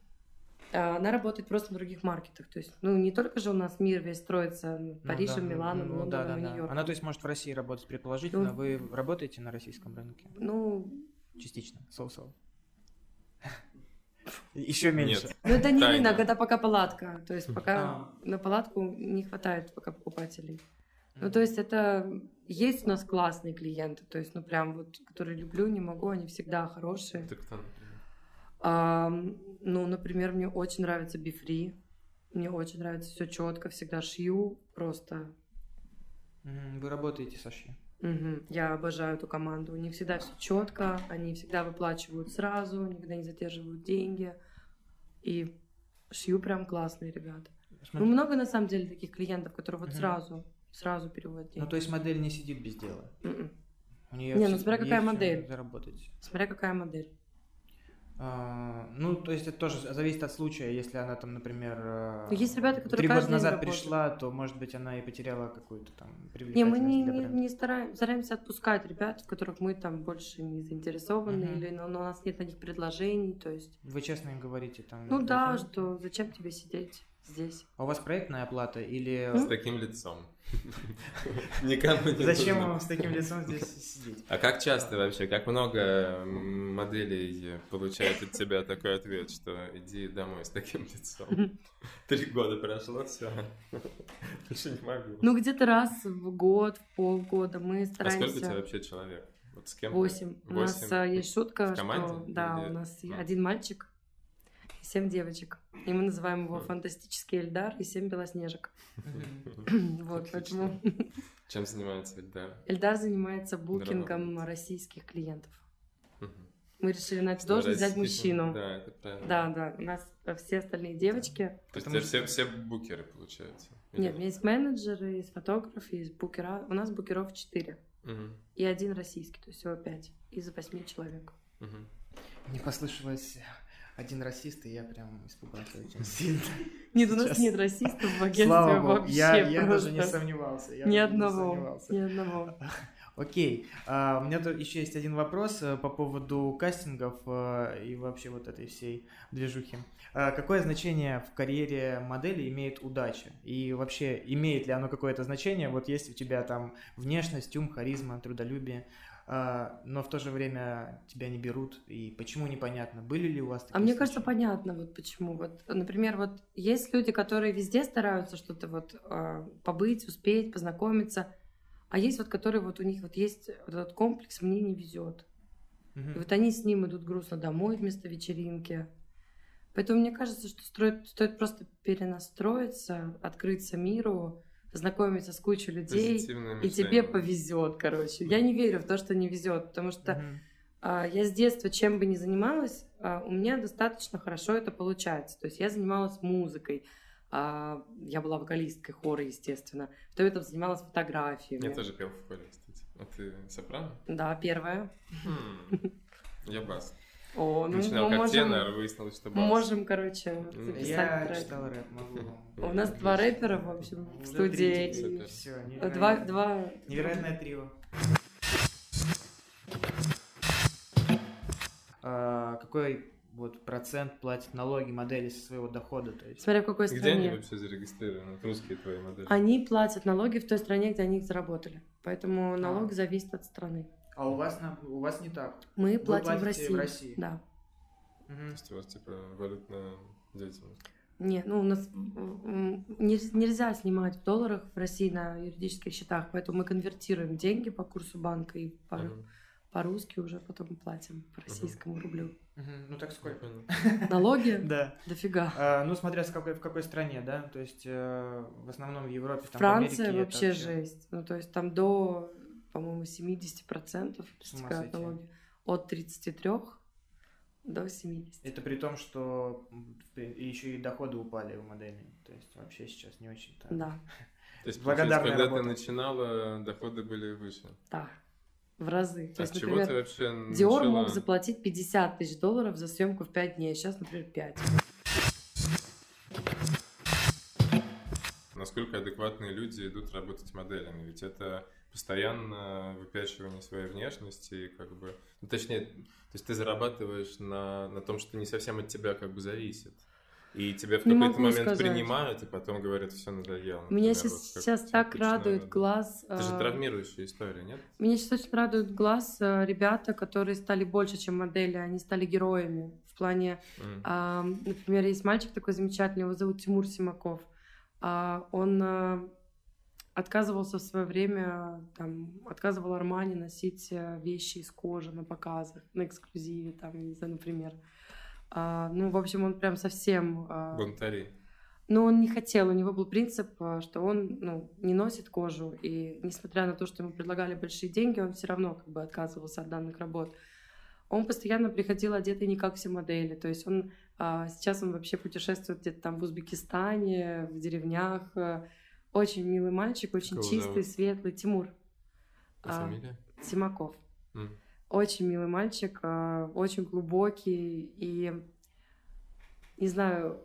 Speaker 3: А, Она работает просто в других маркетах. То есть, ну, не только же у нас мир весь строится ну,
Speaker 1: Ну
Speaker 3: Парижем,
Speaker 1: да, ну,
Speaker 3: Миланом,
Speaker 1: ну да,
Speaker 3: Лондоном
Speaker 1: да,
Speaker 3: и
Speaker 1: да.
Speaker 3: Нью-Йорком.
Speaker 1: Она, то есть, может в России работать предположительно.
Speaker 3: Ну.
Speaker 1: Вы работаете на российском рынке?
Speaker 3: Ну,
Speaker 1: Частично. Соу-соу. Еще меньше.
Speaker 2: Нет.
Speaker 3: Ну, это не
Speaker 2: Тайна.
Speaker 3: рынок, это пока палатка. То есть пока
Speaker 1: А.
Speaker 3: на палатку не хватает пока покупателей. Ну, то есть это... Есть у нас классные клиенты, то есть, ну, прям вот, которые люблю, не могу, они всегда хорошие.
Speaker 2: Ты кто, например?
Speaker 3: Ам, ну, например, мне очень нравится бифри, мне очень нравится все четко, всегда шью, просто...
Speaker 1: Мгм, Вы работаете со Ши.
Speaker 3: Мгм. Я обожаю эту команду. У них всегда все четко, они всегда выплачивают сразу, никогда не задерживают деньги. И шью прям классные ребята. Ну,
Speaker 1: Смотри,
Speaker 3: много на самом деле таких клиентов, которые вот
Speaker 1: Мгм.
Speaker 3: сразу, сразу переводят
Speaker 1: Ну,
Speaker 3: деньги.
Speaker 1: то есть модель не сидит без дела.
Speaker 3: Мгм.
Speaker 1: У неё
Speaker 3: Не, ну,
Speaker 1: всё-
Speaker 3: смотря
Speaker 1: у неё
Speaker 3: какая
Speaker 1: всё
Speaker 3: модель.
Speaker 1: Заработать.
Speaker 3: Смотря какая модель.
Speaker 1: А, Ну, то есть это тоже зависит от случая, если она там, например, э,
Speaker 3: Ну, есть ребята, которые
Speaker 1: три года
Speaker 3: каждый день
Speaker 1: назад
Speaker 3: работают.
Speaker 1: пришла, то, может быть, она и потеряла какую-то там
Speaker 3: Не, мы
Speaker 1: привлекательность
Speaker 3: не,
Speaker 1: для
Speaker 3: не,
Speaker 1: бренда.
Speaker 3: не стараем- стараемся отпускать ребят, в которых мы там больше не заинтересованы,
Speaker 1: Мгм.
Speaker 3: или но, но у нас нет на них предложений, то есть...
Speaker 1: Вы честно им говорите там.
Speaker 3: Ну да,
Speaker 1: «Слушай,
Speaker 3: что зачем тебе сидеть здесь?
Speaker 1: А у вас проектная оплата или...
Speaker 2: С таким лицом. Никому не
Speaker 1: Зачем
Speaker 2: нужно.
Speaker 1: вам с таким лицом здесь сидеть?
Speaker 2: А как часто вообще, как много м, моделей получает от тебя такой ответ, что иди домой с таким лицом? Три года прошло, все. Больше не могу.
Speaker 3: Ну где-то раз в год, в полгода мы
Speaker 2: А сколько
Speaker 3: стараемся...
Speaker 2: у тебя вообще человек? Вот с кем?
Speaker 3: Восемь. У нас
Speaker 2: Восемь.
Speaker 3: а, есть шутка,
Speaker 2: В команде
Speaker 3: что
Speaker 2: или
Speaker 3: да,
Speaker 2: где?
Speaker 3: у нас е-
Speaker 2: Мгм.
Speaker 3: один мальчик и семь девочек. И мы называем его
Speaker 2: Мгм.
Speaker 3: фантастический Эльдар и семь белоснежек. Вот,
Speaker 2: Отлично.
Speaker 3: поэтому
Speaker 2: Чем занимается Эльдар?
Speaker 3: Эльдар занимается букингом российских клиентов.
Speaker 2: Мгм.
Speaker 3: Мы решили на эту должность взять
Speaker 2: Российский-
Speaker 3: мужчину.
Speaker 2: Да, это правильно.
Speaker 3: Да, да. У нас э, все остальные девочки.
Speaker 2: То есть
Speaker 6: Потому
Speaker 2: у тебя все, все букеры, получается? Или-
Speaker 3: Нет, у меня есть менеджеры, есть фотографы, есть букера. У нас букеров четыре.
Speaker 2: Мгм.
Speaker 3: И один российский, то есть всего пять. Из восьми человек.
Speaker 2: Мгм.
Speaker 1: Мне послышалось э, один расист, и я прям испугался очень сильно.
Speaker 3: Нет, у нас
Speaker 1: Сейчас.
Speaker 3: нет расистов в агентстве
Speaker 1: Слава богу,
Speaker 3: вообще.
Speaker 1: я, я даже не
Speaker 3: просто.
Speaker 1: сомневался. я
Speaker 3: Ни
Speaker 1: даже не
Speaker 3: одного,
Speaker 1: сомневался.
Speaker 3: ни одного.
Speaker 1: Окей, а, у меня тут еще есть один вопрос э, по поводу кастингов э, и вообще вот этой всей движухи. А, Какое значение в карьере модели имеет удача? И вообще, имеет ли оно какое-то значение? Вот есть у тебя там внешность, ум, харизма, трудолюбие, а, но в то же время тебя не берут, и почему непонятно, были ли у вас такие
Speaker 3: А мне
Speaker 1: случаи?
Speaker 3: кажется, понятно, вот почему. Вот, например, вот есть люди, которые везде стараются что-то вот э, побыть, успеть, познакомиться, а есть вот, которые вот у них вот есть вот этот комплекс «мне не везет». И
Speaker 1: Мгм.
Speaker 3: вот они с ним идут грустно домой вместо вечеринки. Поэтому мне кажется, что строит, стоит просто перенастроиться, открыться миру, знакомиться с кучей людей,
Speaker 2: Позитивное
Speaker 3: и тебе
Speaker 2: мышление.
Speaker 3: повезет, короче. Я не верю в то, что не везет, потому что
Speaker 1: Мгм.
Speaker 3: а, Я с детства чем бы ни занималась, а, у меня достаточно хорошо это получается. То есть я занималась музыкой, а, я была вокалисткой хора, естественно. Потом я там занималась фотографиями.
Speaker 2: Я тоже пел в хоре, кстати. А ты сопрано?
Speaker 3: Да, первое.
Speaker 2: М. Хм. Я бас.
Speaker 3: О, ну
Speaker 2: Начинал
Speaker 3: мы
Speaker 2: как
Speaker 3: можем,
Speaker 2: тенор, выяснилось, что бас.
Speaker 3: можем, короче,
Speaker 2: Я
Speaker 3: записать
Speaker 1: Я
Speaker 3: трек.
Speaker 1: читал рэп, могу вам.
Speaker 3: У нас два рэпера, в общем, в
Speaker 1: Уже
Speaker 3: студии.
Speaker 1: три теперь.
Speaker 2: Супер.
Speaker 1: Всё,
Speaker 3: Э, Два,
Speaker 1: невероятно.
Speaker 3: два...
Speaker 1: Невероятное трио. А, какой вот процент платят налоги модели со своего дохода? То есть
Speaker 3: Смотря в какой
Speaker 2: Где они
Speaker 3: стране.
Speaker 2: вообще зарегистрированы? Вот Русские твои модели.
Speaker 3: Они платят налоги в той стране, где они их заработали. Поэтому налог зависит от страны.
Speaker 1: А у вас на- у вас не так?
Speaker 3: Мы
Speaker 1: Вы
Speaker 3: платим в
Speaker 1: платите
Speaker 3: России.
Speaker 1: в России.
Speaker 3: Да.
Speaker 2: То есть у вас типа валютная деятельность.
Speaker 3: Не, ну у нас м, м, нельз- нельзя снимать в долларах в России на юридических счетах, поэтому мы конвертируем деньги по курсу банка и по-
Speaker 2: Мгм.
Speaker 3: по-русски уже потом платим по российскому рублю.
Speaker 1: Мгм. Ну так сколько?
Speaker 2: Понял.
Speaker 3: Налоги?
Speaker 1: Да.
Speaker 3: Дофига.
Speaker 1: А, ну смотря с какой, в какой стране, да? То есть э, в основном в Европе, там, в
Speaker 3: Франция
Speaker 1: Америке это
Speaker 3: вообще жесть. Ну то есть там до, по-моему, 70%
Speaker 1: С ума
Speaker 3: стекают
Speaker 1: сойти.
Speaker 3: налоги. От 33 до 70.
Speaker 1: Это при том, что еще и доходы упали у моделей. То есть вообще сейчас не очень-то.
Speaker 3: Да,
Speaker 2: То есть,
Speaker 1: Благодарная
Speaker 2: получается, когда
Speaker 1: работа.
Speaker 2: ты начинала, доходы были выше.
Speaker 3: да. В разы.
Speaker 2: А
Speaker 3: То есть,
Speaker 2: с чего
Speaker 3: например,
Speaker 2: ты вообще
Speaker 3: Диор
Speaker 2: начала?
Speaker 3: мог заплатить 50 тысяч долларов за съемку в 5 дней, сейчас, например, 5.
Speaker 2: Насколько адекватные люди идут работать моделями? Ведь это постоянно выпячивание своей внешности, и как бы... Ну, точнее, то есть ты зарабатываешь на, на том, что не совсем от тебя как бы зависит. И тебя в
Speaker 3: Не
Speaker 2: какой-то
Speaker 3: могу
Speaker 2: момент
Speaker 3: сказать.
Speaker 2: принимают, и потом говорят, все надоело.
Speaker 3: Меня
Speaker 2: например,
Speaker 3: сейчас,
Speaker 2: вот как
Speaker 3: сейчас так
Speaker 2: типично,
Speaker 3: радует
Speaker 2: да.
Speaker 3: глаз.
Speaker 2: Это
Speaker 3: э,
Speaker 2: же травмирующая история, нет?
Speaker 3: Меня сейчас очень радует глаз э, ребята, которые стали больше, чем модели, они стали героями. В плане,
Speaker 2: М.
Speaker 3: а, например, есть мальчик такой замечательный, его зовут Тимур Симаков. А, он э, отказывался в свое время, там, отказывал Армани носить э, вещи из кожи на показах, на эксклюзиве, там, я не знаю, например. А, ну, в общем, он прям совсем... э,
Speaker 2: Бунтари.
Speaker 3: но он не хотел, у него был принцип, а, что он ну, не носит кожу, и несмотря на то, что ему предлагали большие деньги, он все равно как бы отказывался от данных работ. Он постоянно приходил одетый не как все модели, то есть он а, сейчас он вообще путешествует где-то там в Узбекистане, в деревнях. а. Очень милый мальчик, очень
Speaker 2: Какого
Speaker 3: чистый,
Speaker 2: зовут?
Speaker 3: светлый, Тимур
Speaker 2: А
Speaker 3: А.
Speaker 2: фамилия?
Speaker 3: Симаков.
Speaker 2: М.
Speaker 3: Очень милый мальчик, а, очень глубокий и, не знаю,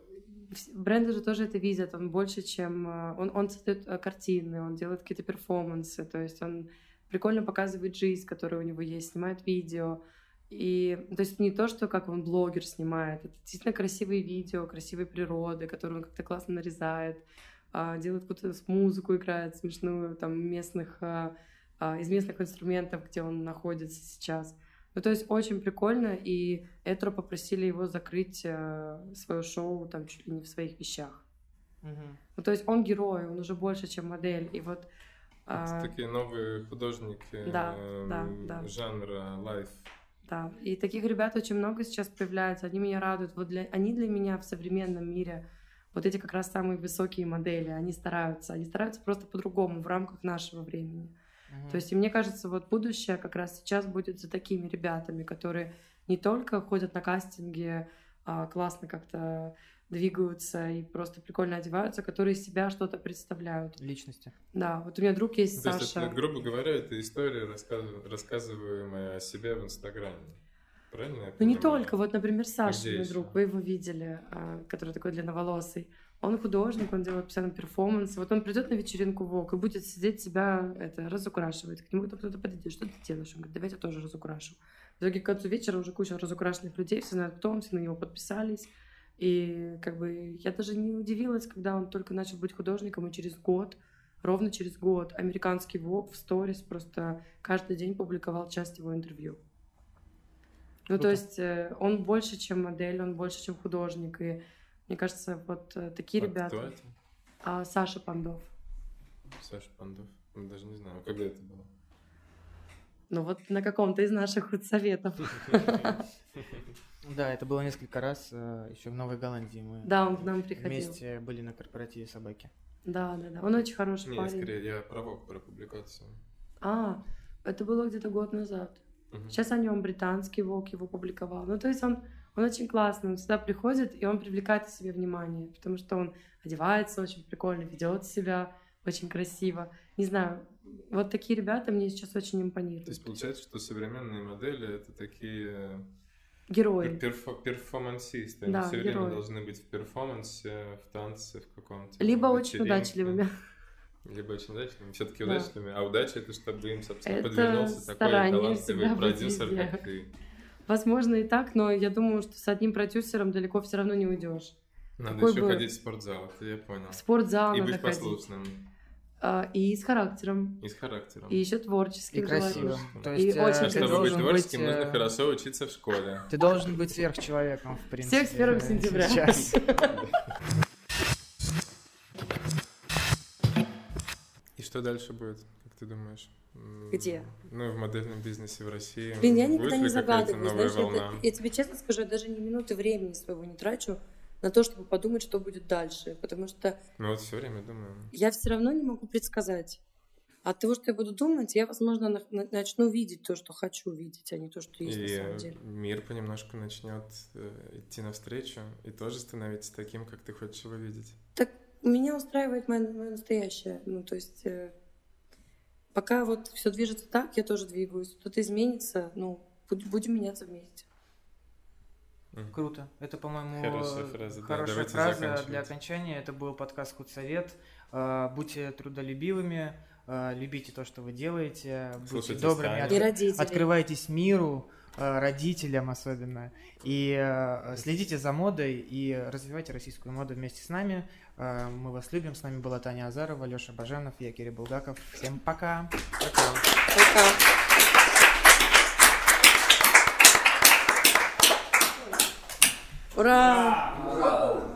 Speaker 3: вс- бренды же тоже это видят, он больше, чем... а, Он, он создает а, картины, он делает какие-то перформансы, то есть он прикольно показывает жизнь, которая у него есть, снимает видео. И, то есть не то, что как он блогер снимает, это действительно красивые видео, красивые природы, которые он как-то классно нарезает, а, делает какую-то с- музыку, играет смешную, там, местных а, а, из местных инструментов, где он находится сейчас. Ну, то есть очень прикольно, и Этро попросили его закрыть э, свое шоу там чуть ли не в своих вещах.
Speaker 1: Мгм.
Speaker 3: Ну, то есть он герой, он уже больше, чем модель. И вот А,
Speaker 2: Это такие новые художники
Speaker 3: да,
Speaker 2: эм,
Speaker 3: да, да.
Speaker 2: жанра лайф.
Speaker 3: Да, и таких ребят очень много сейчас появляется, они меня радуют. Вот для, они для меня в современном мире вот эти как раз самые высокие модели, они стараются, они стараются просто по-другому в рамках нашего времени.
Speaker 1: Мгм.
Speaker 3: То есть, и мне кажется, вот будущее как раз сейчас будет за такими ребятами, которые не только ходят на кастинги, а, классно как-то двигаются и просто прикольно одеваются, которые из себя что-то представляют.
Speaker 1: личности.
Speaker 3: Да, вот у меня друг есть
Speaker 2: Ну, То есть,
Speaker 3: Саша.
Speaker 2: это, грубо говоря, это история, рассказыв- рассказываемая о себе в Инстаграме. Правильно я
Speaker 3: Ну не
Speaker 2: понимаю?
Speaker 3: только. Вот, например, Саша,
Speaker 2: где
Speaker 3: мой
Speaker 2: еще?
Speaker 3: друг, вы его видели, а, который такой длинноволосый. Он художник, он делает постоянно перформансы. Вот он придет на вечеринку ВОК и будет сидеть себя это, разукрашивать. К нему там кто-то подойдет, что ты делаешь? Он говорит, давай я тебя тоже разукрашу. В итоге к концу вечера уже куча разукрашенных людей, все знают, кто он, все на него подписались. И как бы я даже не удивилась, когда он только начал быть художником, и через год, ровно через год, американский ВОК в сторис просто каждый день публиковал часть его интервью. Ну, то
Speaker 1: Круто.
Speaker 3: есть э, он больше, чем модель, он больше, чем художник. И мне кажется, вот э, такие
Speaker 2: А
Speaker 3: ребята.
Speaker 2: Кто это?
Speaker 3: А, Саша Пандов.
Speaker 2: Саша Пандов. Ну, Даже не знаю, когда это было.
Speaker 3: Ну вот на каком-то из наших вот советов.
Speaker 2: Ну,
Speaker 1: Да, это было несколько раз еще в Новой Голландии. Мы
Speaker 3: Да, он к нам приходил.
Speaker 1: вместе были на корпоративе собаки.
Speaker 3: Да, да, да. Он очень хороший
Speaker 2: Не, я
Speaker 3: парень.
Speaker 2: скорее, я про Vogue, про публикацию.
Speaker 3: А, это было где-то год назад.
Speaker 2: Мгм.
Speaker 3: Сейчас о нем британский Вок его публиковал. Ну, то есть он, он очень классный, он всегда приходит, и он привлекает к себе внимание, потому что он одевается очень прикольно, ведет себя очень красиво. Не знаю, вот такие ребята мне сейчас очень
Speaker 2: То есть
Speaker 3: импонируют.
Speaker 2: получается, что современные модели это такие
Speaker 3: Герои.
Speaker 2: перфо- перформансисты. Они
Speaker 3: Да,
Speaker 2: все время
Speaker 3: герои.
Speaker 2: должны быть в перформансе, в танце, в каком-то.
Speaker 3: Либо
Speaker 2: на
Speaker 3: очень
Speaker 2: вечеринке.
Speaker 3: удачливыми.
Speaker 2: Либо очень удачливыми. Все-таки
Speaker 3: Да.
Speaker 2: удачливыми. А удача это чтобы им, собственно,
Speaker 3: Это
Speaker 2: подвернулся такой
Speaker 3: старание
Speaker 2: талантливый
Speaker 3: всегда быть
Speaker 2: продюсер,
Speaker 3: везде.
Speaker 2: как ты.
Speaker 3: Возможно, и так, но я думаю, что с одним продюсером далеко все равно не уйдешь.
Speaker 2: Надо
Speaker 3: Какой
Speaker 2: еще
Speaker 3: бы-
Speaker 2: ходить в спортзал, это я понял.
Speaker 3: В спортзал
Speaker 2: И
Speaker 3: надо
Speaker 2: быть
Speaker 3: ходить.
Speaker 2: послушным.
Speaker 3: А, и с характером,
Speaker 2: И с характером.
Speaker 3: и еще творческим.
Speaker 1: И красиво.
Speaker 3: желательно.
Speaker 1: То
Speaker 3: И
Speaker 1: есть, э,
Speaker 3: очень
Speaker 2: А
Speaker 3: ты
Speaker 2: чтобы быть
Speaker 1: должен
Speaker 2: творческим,
Speaker 1: быть, э,
Speaker 2: нужно хорошо учиться в школе.
Speaker 1: Ты должен быть сверхчеловеком, в принципе.
Speaker 3: Всех с первым
Speaker 1: э,
Speaker 3: сентября.
Speaker 1: сейчас.
Speaker 2: И что дальше будет, как ты думаешь? М,
Speaker 7: Где?
Speaker 2: Ну, в модельном бизнесе в России.
Speaker 7: Блин, я
Speaker 2: Будет
Speaker 7: никогда
Speaker 2: ли
Speaker 7: не
Speaker 2: какая-то
Speaker 7: загадываю,
Speaker 2: новая
Speaker 7: знаешь, я,
Speaker 2: волна?
Speaker 7: я тебе честно скажу, я даже ни минуты времени своего не трачу на то, чтобы подумать, что будет дальше, потому что
Speaker 2: Ну вот все время думаю.
Speaker 7: я все равно не могу предсказать. От того, что я буду думать, я, возможно, на- на- начну видеть то, что хочу видеть, а не то, что есть на
Speaker 2: И
Speaker 7: самом
Speaker 2: э,
Speaker 7: деле.
Speaker 2: мир понемножку начнет э, идти навстречу и тоже становиться таким, как ты хочешь его видеть.
Speaker 7: Меня устраивает мое, настоящее. Ну, то есть, э, пока вот все движется так, я тоже двигаюсь. Что-то изменится, ну, буд- будем меняться вместе.
Speaker 2: Мгм.
Speaker 1: Круто. Это, по-моему,
Speaker 2: Хорошая фраза, да,
Speaker 1: хорошая
Speaker 2: давайте
Speaker 1: фраза
Speaker 2: заканчивать.
Speaker 1: для окончания. Это был подкаст Худсовет. Э, Будьте трудолюбивыми, э, любите то, что вы делаете, будьте
Speaker 2: Слушайте
Speaker 1: добрыми,
Speaker 2: старых.
Speaker 1: от-
Speaker 7: И родители.
Speaker 1: открывайтесь миру, э, родителям особенно, и э, следите за модой и развивайте российскую моду вместе с нами. Э, Мы вас любим. С нами была Таня Азарова, Леша Баженов, я Кирилл Булгаков. Всем пока!
Speaker 2: Пока.
Speaker 7: Пока. Ура!